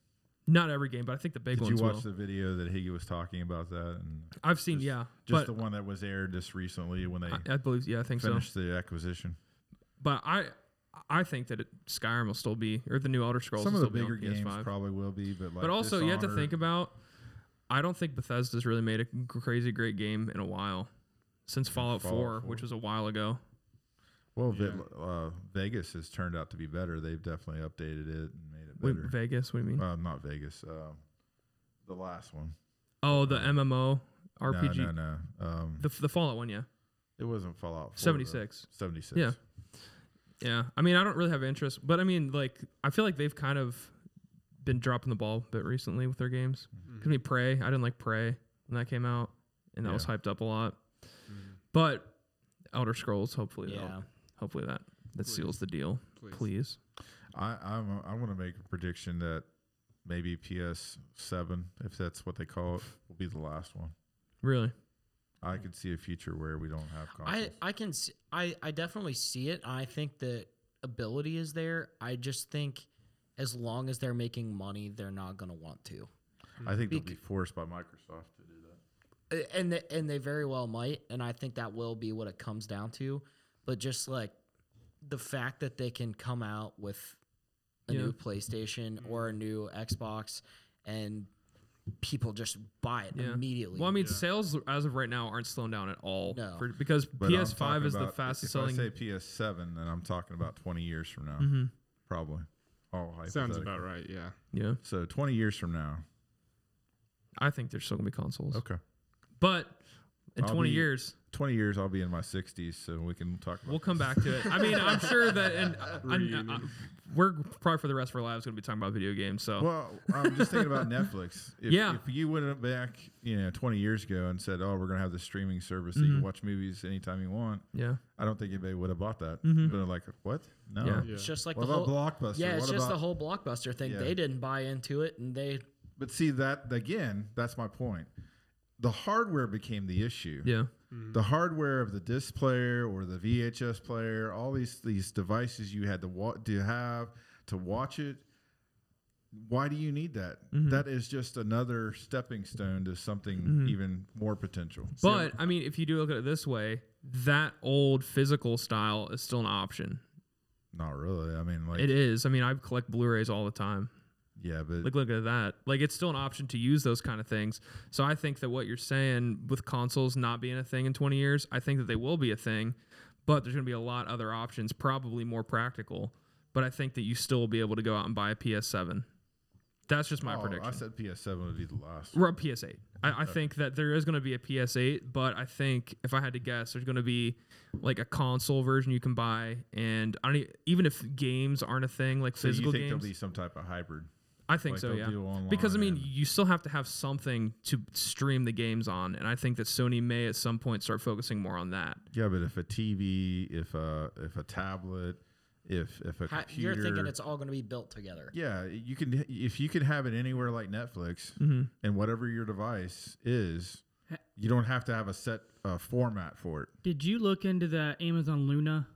A: not every game, but I think the big
B: Did you
A: ones
B: watch
A: will.
B: the video that he was talking about that? And
A: I've seen,
B: just-
A: yeah, but
B: just the one that was aired just recently when they
A: I, I believe, yeah, I think so.
B: finished the acquisition.
A: But I, I think that it, Skyrim will still be, or the new Elder Scrolls.
B: Some of
A: will
B: the
A: still
B: bigger
A: be on
B: games
A: PS5.
B: probably will be, but like
A: but also, you have to
B: Dishonored-
A: think about. I don't think Bethesda's really made a g- crazy great game in a while, since Fallout,
B: Fallout
A: 4,
B: 4.
A: which was a while ago.
B: Well,
E: Yeah.
B: Vit- uh, Vegas has turned out to be better. They've definitely updated it and made it
A: Wait,
B: better. Uh,
A: Vegas, what do you mean?
B: well, not Vegas. Uh, the last one.
A: oh, the MMO
B: No,
A: RPG,
B: No, no, Um,
A: the the Fallout one, yeah,
B: it wasn't Fallout. 4, though.
A: seventy six.
B: 76.
A: Yeah. Yeah, I mean, I don't really have interest, but I mean, like, I feel like they've kind of been dropping the ball a bit recently with their games.
B: Mm-hmm.
E: Mhm.
A: Cause me, Prey, I didn't like Prey when that came out, and that was
B: Yeah.
A: hyped up a lot.
E: Mm,
A: But Elder Scrolls, hopefully,
C: Yeah.
A: that'll hopefully that that
E: Please.
A: seals the deal.
E: Please.
A: Please,
B: I I'm, I want to make a prediction that maybe PS7, if that's what they call it, will be the last one.
A: really,
B: I could see a future where we don't have
C: I
B: consoles.
C: I can s I I definitely see it. I think the ability is there. I just think as long as they're making money, they're not going to want to.
B: I, think they'll
C: bec-
B: be forced by Microsoft to do that.
C: A- And they, and they very well might, and I think that will be what it comes down to. But just like the fact that they can come out with a
A: Yeah.
C: new PlayStation or a new Xbox and people just buy it
A: Yeah.
C: immediately.
A: well, I mean,
E: Yeah.
A: sales as of right now aren't slowing down at all.
C: No.
A: for- because
B: But I'm
A: PS5
B: talking
A: is the
B: about-
A: fastest
B: if
A: selling.
B: I say PS7, then I'm talking about 20 years from now,
A: Mhm.
B: probably. Oh,
E: Sounds about right. Yeah.
A: Yeah,
B: So 20 years from now.
A: I think there's still gonna be consoles,
B: Okay.
A: but in
B: I'll
A: 20
B: be-
A: years,
B: 20 years, I'll be in my 60s, so we can talk about
A: We'll come back to it. I mean, I'm sure that, and uh, I- I- I-
E: Reunion.
A: we're probably for the rest of our lives going to be talking about video games. So
B: Well, I'm just thinking about Netflix. If,
A: Yeah.
B: If you went back, you know, 20 years ago and said, "Oh, we're gonna have this streaming service that you can watch movies anytime you want,"
A: yeah,
B: I don't think anybody would have bought that. They're like, "What? No."
A: Yeah.
E: Yeah.
C: it's just like
B: What
C: the
B: about
C: whole,
B: Blockbuster?
C: yeah,
B: What
C: it's just
B: about-
C: the whole blockbuster thing.
B: Yeah.
C: They didn't buy into it, and they
B: But see that again. That's my point. The hardware became the issue.
A: yeah,
B: The hardware of the disc player or the VHS player, all these these devices you had to wa- to have to watch it. Why do you need that?
A: Mm-hmm.
B: That is just another stepping stone to something even more potential.
A: but I mean, if you do look at it this way, that old physical style is still an option.
B: Not really. I mean, like,
A: It is. I mean, I collect Blu-rays all the time.
B: yeah, but
A: Like, look at that. Like, it's still an option to use those kind of things. So I think that what you're saying with consoles not being a thing in 20 years, I think that they will be a thing, but there's going to be a lot other options, probably more practical. But I think that you still will be able to go out and buy a PS7. That's just my
B: Oh,
A: prediction.
B: I said PS7 would be the last.
A: We're on PS8. I, I think that there is going to be a PS8, but I think if I had to guess, there's going to be like a console version you can buy, and I don't e- even if games aren't a thing, like
B: So you
A: physical
B: think there'll
A: games.
B: be some type of hybrid?
A: I think
B: like
A: so,
B: they'll
A: yeah.
B: do online
A: Because I mean,
B: and-
A: you still have to have something to stream the games on, and I think that Sony may at some point start focusing more on that.
B: Yeah, but if a TV, if a if a tablet, if if a
C: ha-
B: computer,
C: you're thinking it's all going to be built together.
B: yeah, you can if you could have it anywhere like Netflix
E: Mm-hmm.
B: and whatever your device is, you don't have to have a set uh, format for it.
D: Did you look into the Amazon Luna?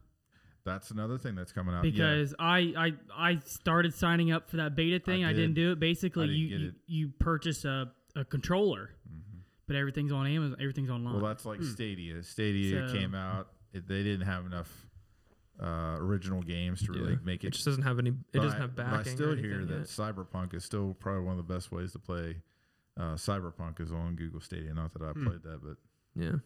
B: That's another thing that's coming out. yeah,
D: Because I, I I started signing up for that beta thing. I,
B: did.
D: did. not do it. Basically,
B: didn't
D: you,
B: get
D: you
B: it.
D: you purchase a, a controller, but everything's on Amazon. Everything's online.
B: well, that's
E: Hmm.
B: like Stadia. Stadia
D: So-
B: came out. It, they didn't have enough uh, original games to really
A: Yeah.
B: make
A: It
B: it
A: just doesn't have any. It
B: But
A: doesn't
B: I-
A: have
B: but
A: backing.
B: I
A: or
B: still hear
A: anything
B: that
A: yet.
B: Cyberpunk is still probably one of the best ways to
E: Hmm.
B: play. Uh, Cyberpunk is on Google Stadia. Not that I played that, but
A: Yeah.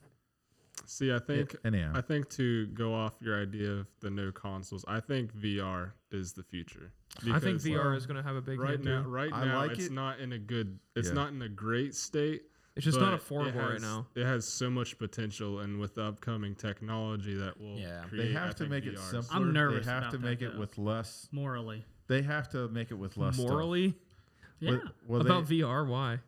E: See, I think
B: anyhow.
E: I think to go off your idea of the no consoles, I think VR is the future.
A: I think
E: Because
A: VR
B: um,
A: is going to have a big
E: right
A: hit,
E: now,
A: dude.
E: right
B: I
E: now,
B: like
E: it's
B: it.
E: not in a good, it's
B: Yeah.
E: not in a great state.
A: It's just not
E: but it
A: affordable right
E: has-
A: now.
E: It has so much potential, and with the upcoming technology that will,
C: Yeah. They
E: create,
B: They
E: I
B: have to
E: think
B: make it
E: VR is-
B: simpler.
D: nervous
B: They have
D: about
B: to
D: that,
B: make it
D: though.
B: with less.
D: morally.
B: They have to make it with less. stuff.
A: Morally,
D: Yeah.
B: Well- well, they-
A: about VR, why?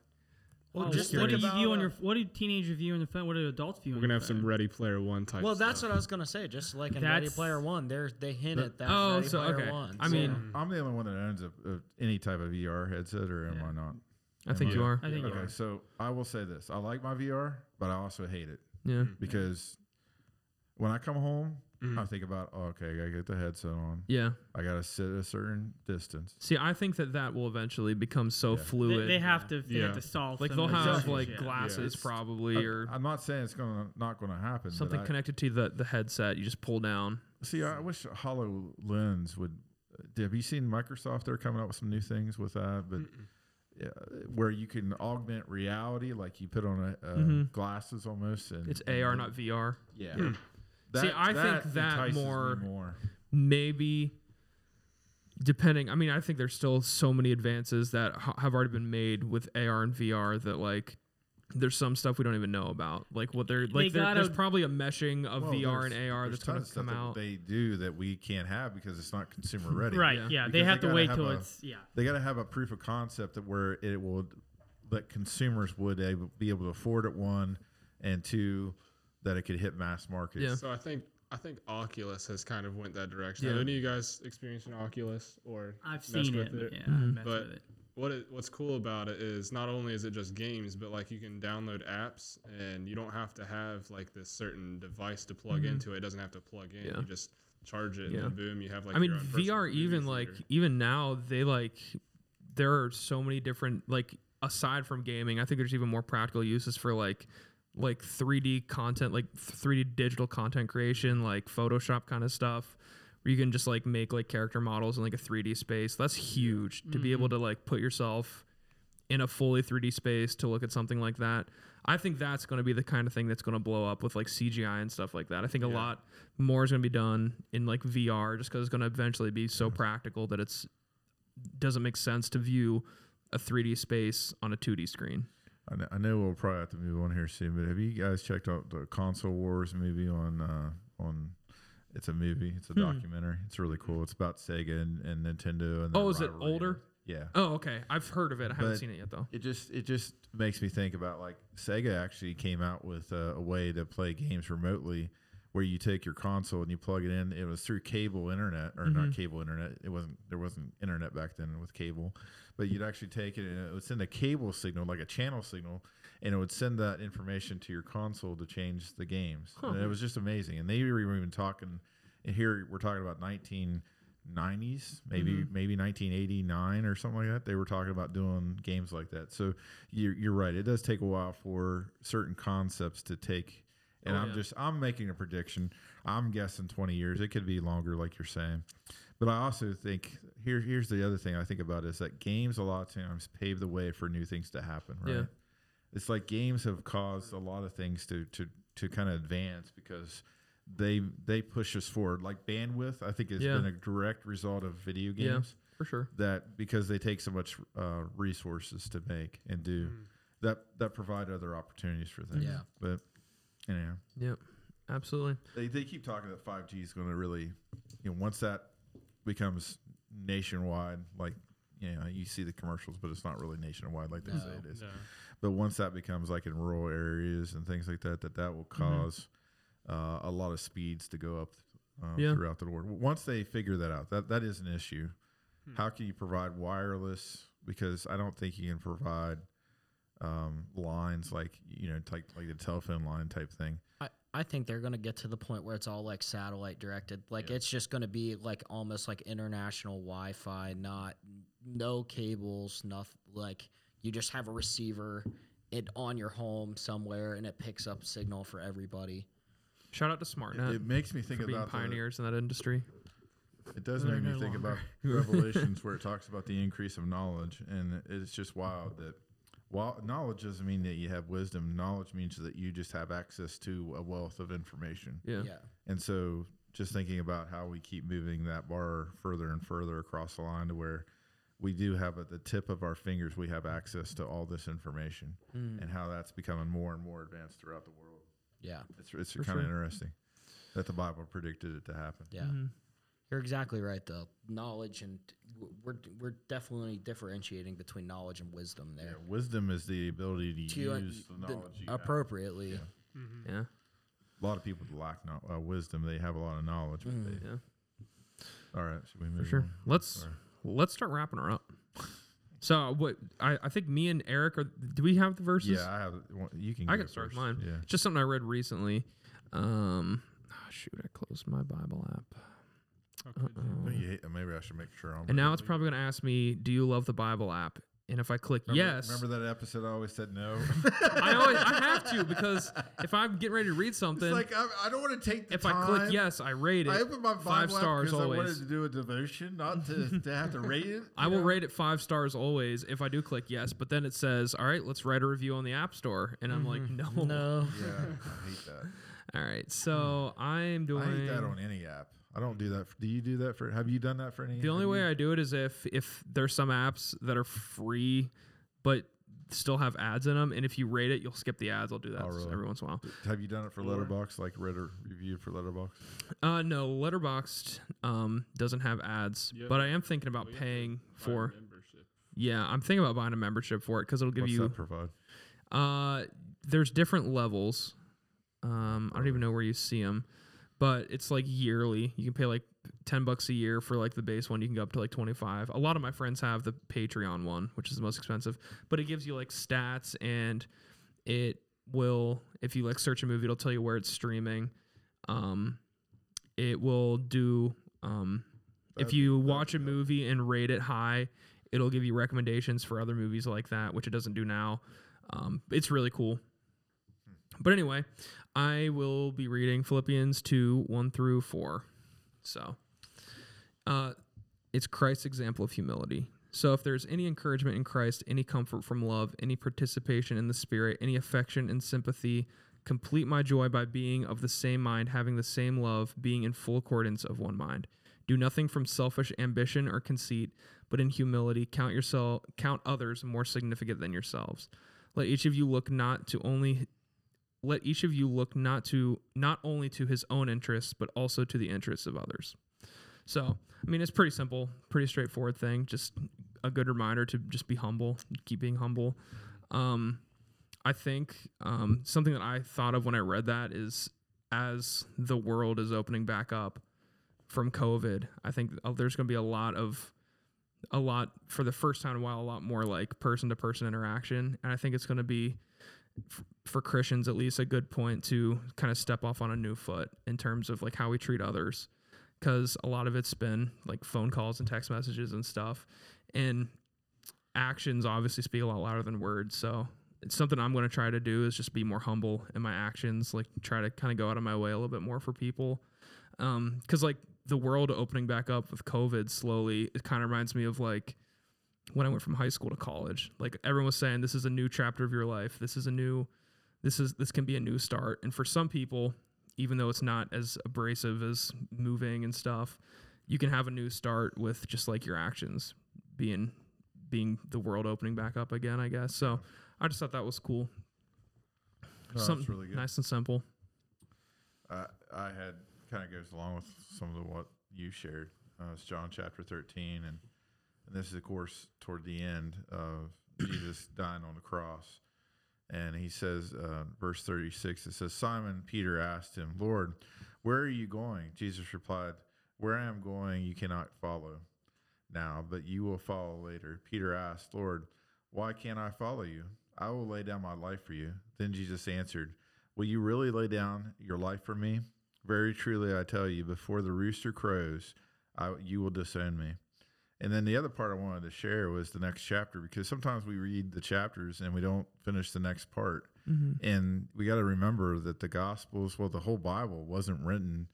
D: Well,
C: Well, just
D: what do
C: think
D: you
C: about,
D: view on
C: uh,
D: your? What do teenagers view on their phone? What do adults view?
E: We're
D: on
E: gonna
D: their
E: have some
D: phone?
E: Ready Player One type.
C: Well, that's
E: stuff.
C: what I was gonna say. Just like in Ready
D: That's-
C: Player One, there they hint at that.
A: Oh,
C: Ready
A: so
C: Player
A: okay.
C: One,
A: I
C: so-
A: mean,
B: I'm the only one that owns a, a, any type of VR headset, or am
D: Yeah.
B: I not?
A: I think you are.
D: I think.
B: Okay, so I will say this: I like my VR, but I also hate it
A: Yeah.
B: because when I come home,
A: Mm-hmm.
B: I think about, oh, okay, I gotta get the headset on.
A: Yeah.
B: I gotta sit at a certain distance.
A: See, I think that that will eventually become so
D: They,
A: fluid.
D: they have to. They
E: Yeah.
D: have to solve.
A: like
D: some
A: they'll
D: of those
A: have
D: issues,
A: like
D: yeah.
A: glasses
E: It's-
A: probably
B: I,
A: or
B: am not saying it's gonna not gonna happen. but
A: something
B: I-
A: connected to the the headset. You just pull down.
B: See, I wish HoloLens would. Have you seen Microsoft? They're coming up with some new things with that, but yeah, where you can augment reality, like you put on a, uh,
A: Mhm.
B: glasses almost, and
A: It's AR, not VR.
B: yeah.
E: Hmm.
A: See, I think that
B: entices me
A: more-
B: more.
A: Maybe depending. I mean, I think there's still so many advances that ha- have already been made with AR and VR that like there's some stuff we don't even know about. Like what they're like there,
D: gotta-
A: there's probably a meshing of
B: Well,
A: VR
B: there's-
A: and AR
B: there's
A: that's going
B: tons
A: to
B: of
A: come
B: stuff that
A: out.
B: They do that we can't have because it's not consumer ready.
D: Right.
A: Yeah.
D: Yeah. They
B: Because
D: have
B: they
D: to
B: gotta
D: wait
B: have
D: till
B: a-
D: it's. Yeah.
B: They got to have a proof of concept that where it will that consumers would ab- be able to afford it. One and two, that it could hit mass markets.
A: Yeah.
E: So I think I think Oculus has kind of went that direction.
B: Yeah.
E: Have any of you guys experienced an Oculus or
D: I've
E: messed
D: seen it.
E: with
D: but Yeah.
C: Mm-hmm.
D: I messed
E: But-
D: with it.
E: what it, what's cool about it is not only is it just games, but like you can download apps and you don't have to have like this certain device to plug into it. It doesn't have to plug in.
A: Mm-hmm. Yeah.
E: You just charge it
A: Yeah.
E: and then boom, you have like
A: I mean,
E: your own personal
A: VR
E: movie
A: even
E: theater.
A: like even now they like there are so many different like aside from gaming, I think there's even more practical uses for like like 3D content, like 3D digital content creation, like Photoshop kind of stuff. Where you can just like make like character models in like a 3D space. That's huge to
E: Mm-hmm.
A: be able to like put yourself in a fully 3D space to look at something like that. I think that's going to be the kind of thing that's going to blow up with like CGI and stuff like that. I think a lot more is going to be done in like VR just because it's going to eventually be so practical that it's doesn't make sense to view a 3D space on a 2D screen.
B: I know, I know we'll probably have to move on here soon, but have you guys checked out the Console Wars movie on uh, on? It's a movie. It's a
A: Hmm.
B: documentary. It's really cool. It's about Sega and, and Nintendo. And their
A: Oh, is it
B: rivalry.
A: older?
B: Yeah.
A: Oh, okay. I've heard of it. I haven't
B: But-
A: seen it yet though.
B: It just it just makes me think about like Sega actually came out with uh, a way to play games remotely, where you take your console and you plug it in. It was through cable internet or not cable internet. It wasn't there wasn't internet back then with cable, but you'd actually take it and it would send a cable signal like a channel signal, and it would send that information to your console to change the games. And it was just amazing. And they were even talking. And here we're talking about 19- 90s, maybe
A: Mm-hmm.
B: maybe 1989 or something like that. They were talking about doing games like that. So you're, you're right. It does take a while for certain concepts to take. And
A: Oh,
B: I'm
A: yeah.
B: just I'm making a prediction. I'm guessing 20 years. It could be longer, like you're saying. But I also think here here's the other thing I think about is that games a lot of times pave the way for new things to happen. Right.
A: Yeah.
B: It's like games have caused a lot of things to to to kind of advance because they they push us forward. Like bandwidth, I think has
A: Yeah.
B: been a direct result of video
A: Yeah.
B: games
A: For sure.
B: that because they take so much uh, resources to make and do that that provide other opportunities for things.
C: Yeah.
B: But anyhow,
A: Yep. Absolutely.
B: they they keep talking that five G is going to really, you know, once that becomes nationwide, like. You know, you see the commercials, but it's not really nationwide like they say it is.
E: No.
B: But once that becomes like in rural areas and things like that, that that will
A: Mm-hmm.
B: because uh, a lot of speeds to go up um,
A: Yeah.
B: throughout the world. W- Once they figure that out, that that is an issue.
A: Hmm.
B: How can you provide wireless? Because I don't think you can provide um, lines like you know, like like the telephone line type thing.
C: I, I think they're gonna get to the point where it's all like satellite directed. Like it's just gonna be like almost like international Wi-Fi, not no cables, nothing. Like you just have a receiver it on your home somewhere, and it picks up signal for everybody.
A: Shout out to SmartNet
B: It makes me think
A: for being
B: about the-
A: pioneers in that industry.
B: It does
D: They're
B: make me
D: no
B: think
D: longer.
B: about Revelations, where it talks about the increase of knowledge, and it's just wild that Well, knowledge doesn't mean that you have wisdom. Knowledge means that you just have access to a wealth of information.
A: Yeah.
C: Yeah.
B: And so, just thinking about how we keep moving that bar further and further across the line to where we do have at the tip of our fingers, we have access to all this information and how that's becoming more and more advanced throughout the world.
C: Yeah.
B: It's, it's kind of interesting that the Bible predicted it to happen.
C: Yeah.
A: Mm-hmm.
C: You're exactly right, though. Knowledge and we're we're definitely differentiating between knowledge and wisdom
B: Yeah,
C: there.
B: wisdom is the ability to,
C: To, uh,
B: use the
C: the-
B: knowledge. you have.
C: appropriately.
A: Yeah.
B: A lot of people that lack no, uh, wisdom. They have a lot of knowledge. But
C: Mm-hmm.
B: they,
A: Yeah.
B: All right, should we move
A: Sure.
B: on?
A: Let's let's start wrapping her up. So what I, I think me and Eric are do we have the verses?
B: Yeah, I have. well, You can.
A: I
B: go
A: can start
B: first.
A: with mine.
B: Yeah.
A: It's just something I read recently. Um oh, shoot, I closed my Bible app.
B: Don't you hate- Maybe I should make sure. I'm
A: And now it's probably gonna ask me, Do you love the Bible app? And if I click
B: Remember-
A: yes,
B: Remember that episode I always said no?
A: I always I have to because if I'm getting ready to read something,
B: it's like, I, I don't want to take the
A: if
B: time.
A: I click yes, I rate it.
B: I opened my Bible
A: five stars
B: because I
A: always.
B: wanted to do a devotion, not to, to have to rate it.
A: I will rate it five stars always if I do click yes, but then it says, "All right, let's write a review on the App Store," and I'm like,
E: Mm-hmm.
A: "No,
C: No.
B: Yeah, I hate that.
A: All right, so
E: Mm.
A: I'm doing.
B: I hate that on any app. I don't do that. For, do you do that for? Have you done that for any?
A: the only
B: have
A: way
B: you-
A: I do it is if if there's some apps that are free, but still have ads in them, and if you rate it, you'll skip the ads. I'll do that
B: Oh, really?
A: every once in a while.
B: Have you done it for Letterbox? Like read a review for Letterbox?
A: Uh, no, Letterboxd um, doesn't have ads,
E: Yeah.
A: but I am thinking about
E: Well, you have to
A: paying
E: Buy a
A: for.
E: membership.
A: Yeah, I'm thinking about buying a membership for it because it'll give
B: What's
A: you.
B: that provide?
A: Uh, there's different levels. Um, I don't even know where you see them, but it's like yearly. You can pay like ten bucks a year for like the base one. You can go up to like twenty five. A lot of my friends have the Patreon one, which is the most expensive, but it gives you like stats and it will if you like search a movie, it'll tell you where it's streaming. Um, it will do um, if
B: That'd-
A: you
B: that'd
A: watch a
B: be
A: movie and rate it high, it'll give you recommendations for other movies like that, which it doesn't do now. Um, it's really cool. But anyway, I will be reading Philippians 2 1 through 4. So uh, it's Christ's example of humility. So if there's any encouragement in Christ, any comfort from love, any participation in the Spirit, any affection and sympathy, complete my joy by being of the same mind, having the same love, being in full accordance of one mind. Do nothing from selfish ambition or conceit, but in humility count yourself count others more significant than yourselves. Let each of you look not to only let each of you look not to not only to his own interests but also to the interests of others so i mean it's pretty simple pretty straightforward thing just a good reminder to just be humble keep being humble um, i think um, something that i thought of when i read that is as the world is opening back up from covid i think uh, there's going to be a lot of a lot for the first time in a while a lot more like person to person interaction and i think it's going to be for Christians at least a good point to kind of step off on a new foot in terms of like how we treat others cuz a lot of it's been like phone calls and text messages and stuff and actions obviously speak a lot louder than words so it's something I'm going to try to do is just be more humble in my actions like try to kind of go out of my way a little bit more for people um cuz like the world opening back up with covid slowly it kind of reminds me of like when I went from high school to college. Like everyone was saying, this is a new chapter of your life. This is a new, this is this can be a new start. And for some people, even though it's not as abrasive as moving and stuff, you can have a new start with just like your actions being being the world opening back up again. I guess so. I just thought that was cool.
B: No,
A: Something
B: Oh, that's really good.
A: nice and simple.
B: I I had kind of goes along with some of the, what you shared. Uh, it's John chapter 13, and, and this is, of course, toward the end of Jesus dying on the cross. And he says, uh, verse 36, it says, Simon Peter asked him, Lord, where are you going? Jesus replied, Where I am going, you cannot follow now, but you will follow later. Peter asked, Lord, why can't I follow you? I will lay down my life for you. Then Jesus answered, Will you really lay down your life for me? Very truly, I tell you, before the rooster crows, I, you will disown me. And then the other part I wanted to share was the next chapter because sometimes we read the chapters and we don't finish the next part. And we got to remember that the Gospels, well, the whole Bible wasn't written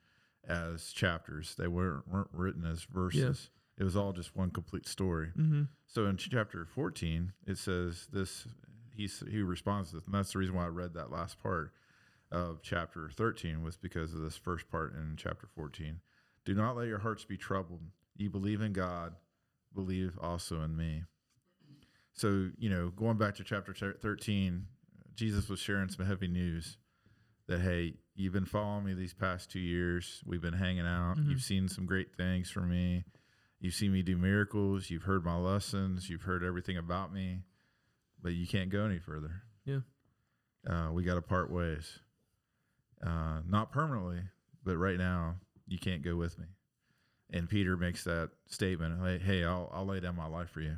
B: as chapters, they weren't, weren't written as verses. It was all just one complete story. So in chapter 14, it says, This he s- he responds to this, and that's the reason why I read that last part of chapter thirteen was because of this first part in chapter fourteen. Do not let your hearts be troubled. You believe in God, believe also in me. So you know, going back to chapter ch- thirteen, Jesus was sharing some heavy news that hey, you've been following me these past two years. We've been hanging out. You've seen some great things from me. You've seen me do miracles. You've heard my lessons. You've heard everything about me, but you can't go any further.
A: Yeah.
B: Uh, we got to part ways. Uh, not permanently, but right now, you can't go with me. And Peter makes that statement like, hey, I'll, I'll lay down my life for you.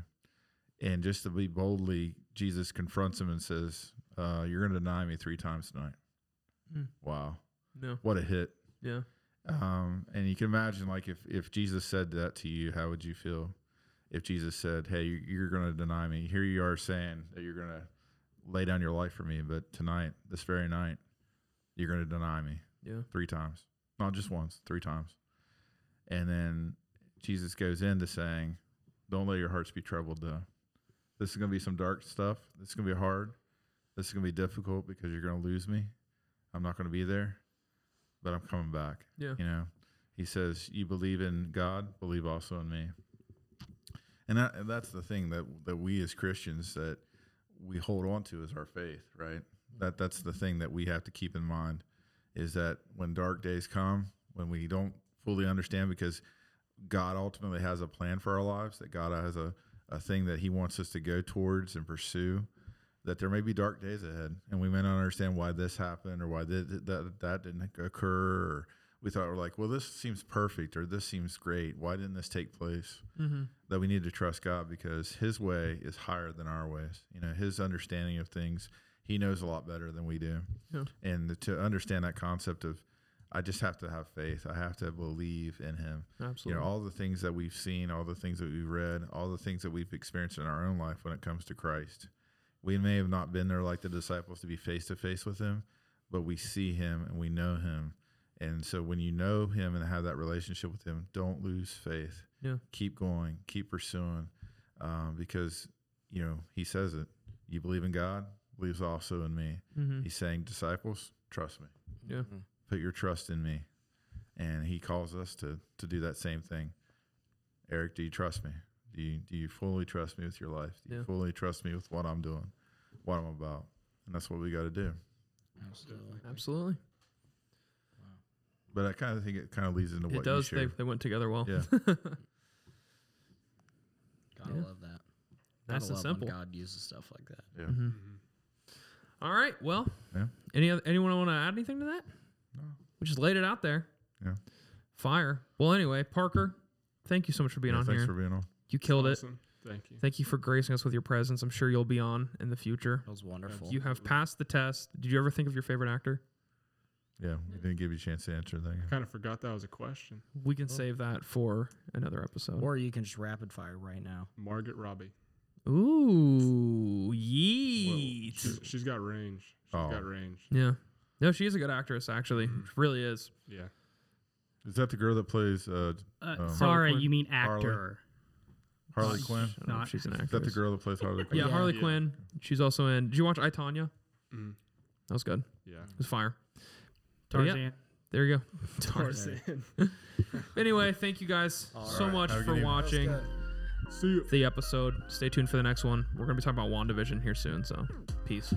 B: And just to be boldly, Jesus confronts him and says, uh, You're going to deny me three times tonight.
A: Hmm.
B: Wow.
A: No.
B: What a hit.
A: Yeah.
B: Um, and you can imagine, like, if, if Jesus said that to you, how would you feel? If Jesus said, Hey, you- you're going to deny me. Here you are saying that you're going to lay down your life for me, but tonight, this very night, you're going to deny me
A: Yeah.
B: three times. Not just once, three times. And then Jesus goes into saying, Don't let your hearts be troubled, though. This is going to be some dark stuff. This is going to be hard. This is going to be difficult because you're going to lose me. I'm not going to be there, but I'm coming back.
A: Yeah.
B: You know, he says, You believe in God, believe also in me. And, that, and that's the thing that, that we as Christians that we hold on to is our faith, right? That that's the thing that we have to keep in mind is that when dark days come, when we don't fully understand, because God ultimately has a plan for our lives, that God has a, a thing that He wants us to go towards and pursue, that there may be dark days ahead, and we may not understand why this happened or why that that, that didn't occur. Or we thought we're like, well, this seems perfect or this seems great. Why didn't this take place?
A: Mm-hmm.
B: that we need to trust God because His way is higher than our ways. You know, His understanding of things, He knows a lot better than we do.
A: Yeah.
B: And to understand that concept of, I just have to have faith. I have to believe in Him. You
A: Absolutely.
B: know, all the things that we've seen, all the things that we've read, all the things that we've experienced in our own life when it comes to Christ. We may have not been there like the disciples to be face to face with Him, but we see Him and we know Him. And so when you know Him and have that relationship with Him, don't lose faith.
A: Yeah.
B: Keep going, keep pursuing, um, because, you know, He says it. You believe in God, believes also in me.
A: mm-hmm.
B: He's saying, disciples, trust me
A: Yeah.
C: Mm-hmm.
B: put your trust in me. And he calls us to to do that same thing. Eric, do you trust me? Do you do you fully trust me with your life? Do you
A: Yeah.
B: fully trust me with what I'm doing, what I'm about? And that's what we got to do.
C: Absolutely.
A: Absolutely.
B: But I kind of think it kind of leads into what
A: It does.
B: you
A: They,
B: shared.
A: they went together well.
B: Yeah.
C: Gotta
A: Yeah.
C: love that.
A: Nice and
C: Gotta love when
A: simple.
C: God uses stuff like that.
B: yeah.
A: Mhm. Mm-hmm. All right. Well,
B: Yeah.
A: any other, anyone want to add anything to that?
B: No.
A: We just laid it out there.
B: Yeah.
A: Fire. Well, anyway, Parker, thank you so much for being
B: Yeah,
A: on
B: thanks
A: here.
B: for being on.
A: you killed it.
E: Awesome. Thank you.
A: Thank you for gracing us with your presence. I'm sure you'll be on in the future.
C: That was wonderful.
A: You have passed the test. Did you ever think of your favorite actor?
B: Yeah, we didn't give you a chance to answer that.
E: Kind of forgot that was a question.
A: We can save that for another episode.
C: or you can just rapid fire right now.
E: Margaret Robbie.
A: Ooh, yeet.
E: She's, she's got range. She's
B: Oh.
E: got range.
A: Yeah. No, she is a good actress, actually. Really is.
E: Yeah.
B: Is that the girl that plays uh,
D: Uh,
B: Oh.
D: sorry,
A: Harley
D: you mean
B: Harley.
D: actor.
B: Harley
A: Sh-
B: Quinn?
A: I don't know if
D: Not-
A: she's an actress.
B: Is that the girl that plays Harley Quinn?
A: Yeah,
C: Yeah.
A: Harley
E: Yeah.
A: Quinn. She's also in. Did you watch I Tanya?
E: Mhm.
A: That was good.
E: Yeah.
A: It was fire. But Oh, yeah,
D: Tarzan.
A: there you go. Tarzan. anyway, thank you guys
C: All
A: so
C: right.
A: much
B: Have a good
A: for
B: evening.
A: watching
E: See you.
A: the episode. Stay tuned for the next one. We're going to be talking about WandaVision here soon. So, peace.